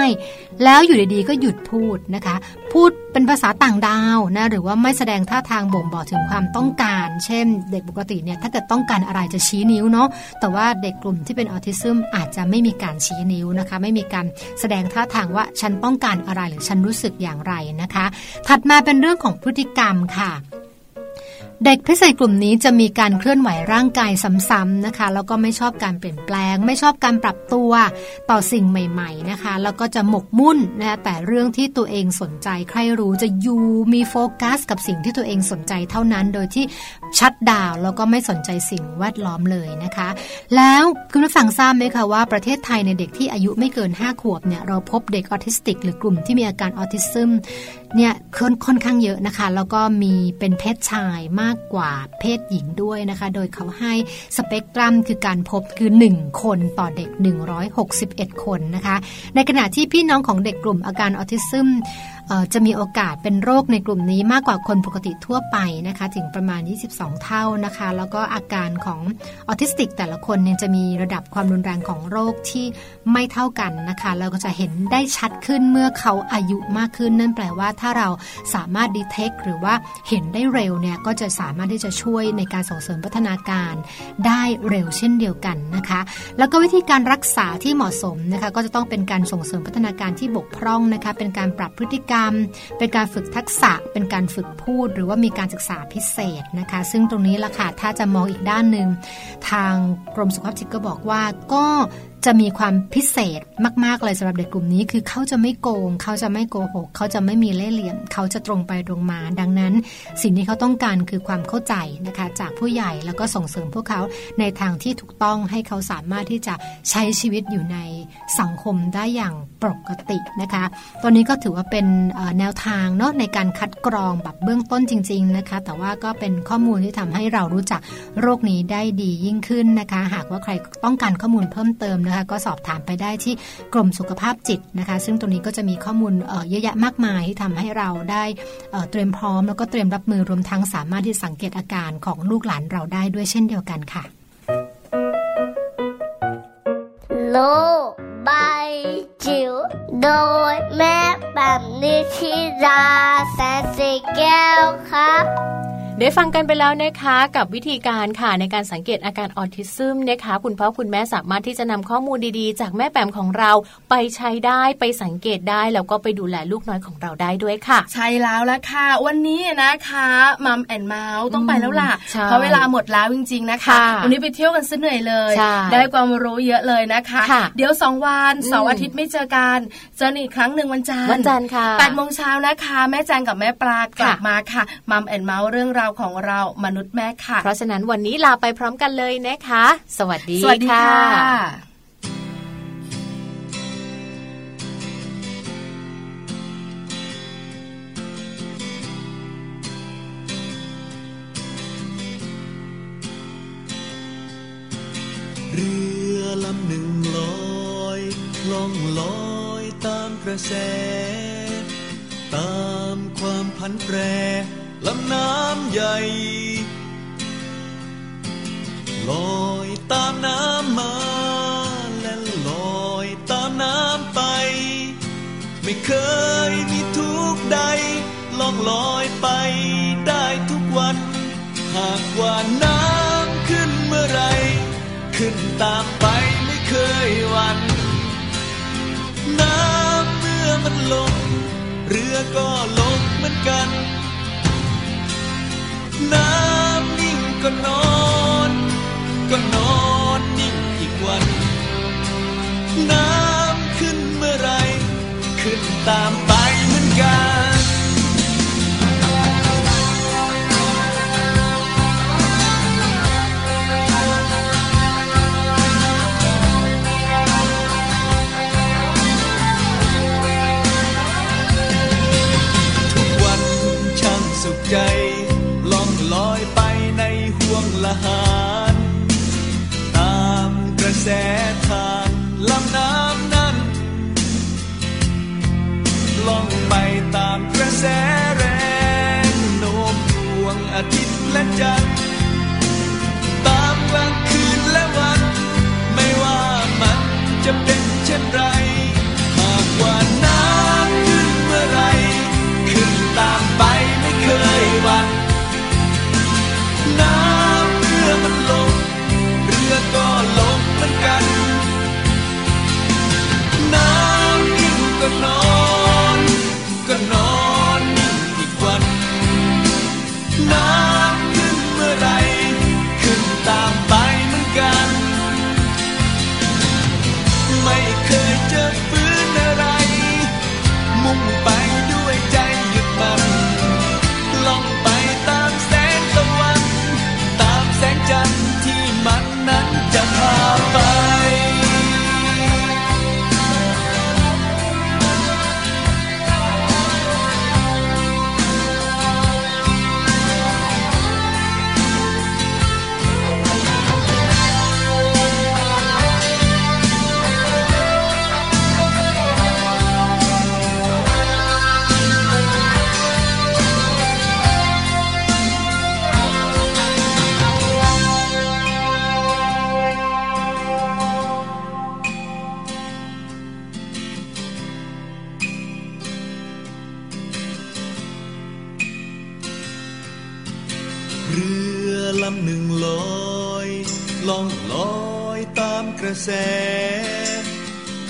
[SPEAKER 7] แล้วอยู่ดีๆก็หยุดพูดนะคะ พูดเป็นภาษาต่างดาวนะหรือว่าไม่แสดงท่าทางบ่งบอกถึงความต้องการ เช่น เด็กปกติเนี่ยถ้าเกิดต้องการอะไรจะชี้นิ้วเนาะแต่ว่าเด็กกลุ่มที่เป็นออทิซึมอาจจะไม่มีการชี้นิ้วนะคะ ไม่มีการแสดงท่าทางว่าฉันต้องการอะไรหรือฉันรู้สึกอย่างไรนะคะ ถัดมาเป็นเรื่องของพฤติกรรมค่ะ เด็กพิเศษกลุ่มนี้จะมีการเคลื่อนไหวร่างกายซ้ำๆนะคะ แล้วก็ไม่ชอบการเปลี่ยนแปลง ไม่ชอบการปรับตัวต่อสิ่งใหม่ๆนะคะ แล้วก็จะหมกมุ่นนะคะแต่เรื่องที่ตัวเองสนใจใครรู้จะอยู่มีโฟกัส กับสิ่งที่ตัวเองสนใจเท่านั้นโดยที่ชัดดาวน์แล้วก็ไม่สนใจสิ่งแวดล้อมเลยนะคะ แล้วคุณผู้ฟังทราบไหมคะว่าประเทศไทยในยเด็กที่อายุไม่เกิน 5 ขวบเนี่ยเราพบเด็กออทิสติก หรือกลุ่มที่มีอาการออทิซึม เนี่ยค่อนค่อนข้างเยอะนะคะ แล้วก็มีเป็นเพศชายมากกว่าเพศหญิงด้วยนะคะ โดยเขาให้สเปกตรัมคือการพบคือ 1 คนต่อเด็ก 161 คนนะคะ ในขณะที่พี่น้องของเด็กกลุ่มอาการออทิซึม เอ่อจะมีโอกาสเป็นโรคในกลุ่มนี้มากกว่าคนปกติทั่วไปนะคะถึงประมาณ 22 เท่านะคะ แล้วก็อาการของออทิสติกแต่ละคนเนี่ยจะมีระดับความรุนแรงของโรคที่ไม่เท่ากันนะคะเราก็จะเห็นได้ชัดขึ้นเมื่อเขาอายุมากขึ้น นั่นแปลว่าถ้าเราสามารถดีเทคหรือว่าเห็นได้เร็วเนี่ยก็จะสามารถที่จะช่วยในการส่งเสริมพัฒนาการ ได้เร็วเช่นเดียวกันนะคะ แล้วก็วิธีการรักษาที่เหมาะสมนะคะ ก็จะต้องเป็นการส่งเสริมพัฒนาการที่บกพร่องนะคะ เป็นการปรับพฤติกรรม เป็นการฝึกทักษะ เป็นการฝึกพูด หรือว่ามีการศึกษาพิเศษนะคะ ซึ่งตรงนี้ล่ะค่ะถ้าจะมองอีกด้านหนึ่งทางกรมสุขภาพจิตก็บอกว่าก็จะมีความพิเศษมาก ๆ เลยสำหรับเด็กกลุ่มนี้ คือเขาจะไม่โกง เขาจะไม่โกหก เขาจะไม่มีเล่ห์เหลี่ยม เขาจะตรงไปตรงมา ดังนั้น สิ่งที่เขาต้องการคือความเข้าใจนะคะ จากผู้ใหญ่แล้วก็ส่งเสริมพวกเขาในทางที่ถูกต้องให้เขาสามารถที่จะใช้ชีวิตอยู่ในสังคมได้อย่างปกตินะคะ ตอนนี้ก็ถือว่าเป็นเอ่อแนวทางเนาะในการคัดกรองแบบเบื้องต้นจริง ๆนะคะ แต่ว่าก็เป็นข้อมูลที่ทำให้เรารู้จักโรคนี้ได้ดียิ่งขึ้นนะคะ หากว่าใครต้องการข้อมูลเพิ่มเติมนะคะ ก็สอบถามไปได้ที่กรมสุขภาพจิตนะคะ ซึ่งตรงนี้ก็จะมีข้อมูลเอ่อเยอะแยะมากมายที่ทำให้เราได้ เอ่อเตรียมพร้อมแล้วก็เตรียมรับมือรวมทั้งสามารถที่สังเกตอาการของลูกหลานเราได้ด้วยเช่นเดียวกันค่ะ
[SPEAKER 1] โลกใบจิ๋วโดยแม่แบบนิชิราแสนสีแก้วครับ
[SPEAKER 3] ได้ฟังกันไปแล้วนะคะกับวิธีการค่ะในการสังเกตอาการออทิซึมนะคะ คุณพ่อคุณแม่สามารถที่จะนำข้อมูลดีๆ จากแม่แปมของเราไปใช้ได้ไปสังเกตได้ แล้วก็ไปดูแลลูกน้อยของเราได้ด้วยค่ะ
[SPEAKER 4] ใช่แล้วละค่ะ วันนี้นะคะมัมแอนเมาส์ต้องไปแล้วล่ะ
[SPEAKER 3] ใช่
[SPEAKER 4] เพราะเวลาหมดแล้วจริงๆนะคะ
[SPEAKER 3] ค่ะ
[SPEAKER 4] วันนี้ไปเที่ยวกันซะเหนื่อยเลย
[SPEAKER 3] ใช่
[SPEAKER 4] ได้ความรู้เยอะเลยนะคะ
[SPEAKER 3] ค่ะ
[SPEAKER 4] เดี๋ยวสองวันเสา
[SPEAKER 3] อื
[SPEAKER 4] ร์
[SPEAKER 3] ม
[SPEAKER 4] อาทิตย์ไม่เจอกัน เจอกันอีกครั้งหนึ่งวันจันทร์
[SPEAKER 3] วันจันทร์ค่ะ
[SPEAKER 4] แปดโมงเช้านะคะ แม่แจงกับแม่ปลากลับ
[SPEAKER 3] ค่ะ
[SPEAKER 4] มาค่ะมัมแอนเมาส์เรื่องราวของเรามนุษย์แม่ค่ะ
[SPEAKER 3] เพราะฉะนั้นวันนี้ลาไปพร้อมกันเลยนะคะ สวัสดี
[SPEAKER 4] สวัสดีค่ะ
[SPEAKER 2] เรือลำหนึ่งลอยล่องลอยตามกระแส ตามความพันแปรลำน้ำใหญ่ ลอยตามน้ำมาและลอยตามน้ำไป ไม่เคยมีทุกข์ใดล่องลอยไปได้ทุกวัน หากว่าน้ำขึ้นเมื่อไหรขึ้นตามไปไม่เคยหวัน น้ำเมื่อมันลง เรือก็ลงเหมือนกัน น้ำนิ่งก็นอน ก็นอนนิ่งอีกวัน น้ำขึ้นเมื่อไหรขึ้นตามไปเหมือนกัน วันช่างสุขใจ ล่องลอยไปในห่วงละหาร ตามกระแสทางลำน้ำนั้น ล่องไปตามกระแสแรงโน้มดวงอาทิตย์และจันทร์ ตามกลางคืนและวัน ไม่ว่ามันจะเป็นเช่นไร หากว่าน้ำขึ้นเมื่อไหรขึ้นตามไปไม่เคยหวัน น้ำเรือมันลง เรือก็ลงเหมือนกัน น้ำนิ่งก็นอน ก็นอนนิ่งอีกวัน น้ำขึ้นเมื่อ
[SPEAKER 6] ตามกระแส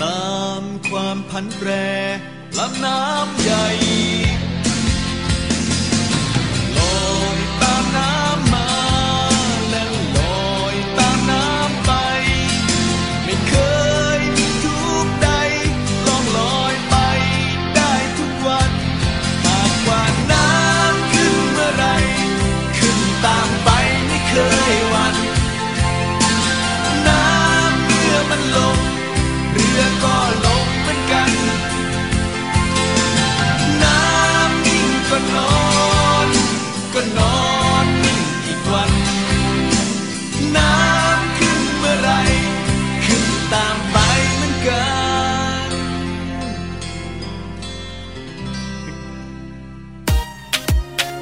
[SPEAKER 6] ตามความพันแปรลำน้ำใหญ่ ลอยตามน้ำมา และลอยตามน้ำไป ไม่เคยมีทุกข์ใดลองลอยไปได้ทุกวัน หากว่าน้ำขึ้นเมื่อไหรขึ้นตามไปไม่เคยหวัน น้ำเรือมันลง เรือก็ลงเหมือนกัน น้ำนิ่งก็นอน ก็นอนนิ่งอีกวัน น้ำขึ้นเมื่อไหรขึ้นตามไปเหมือนกัน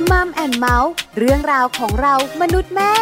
[SPEAKER 8] มัมแอนเมาส์เรื่องราวของเรามนุษย์แม่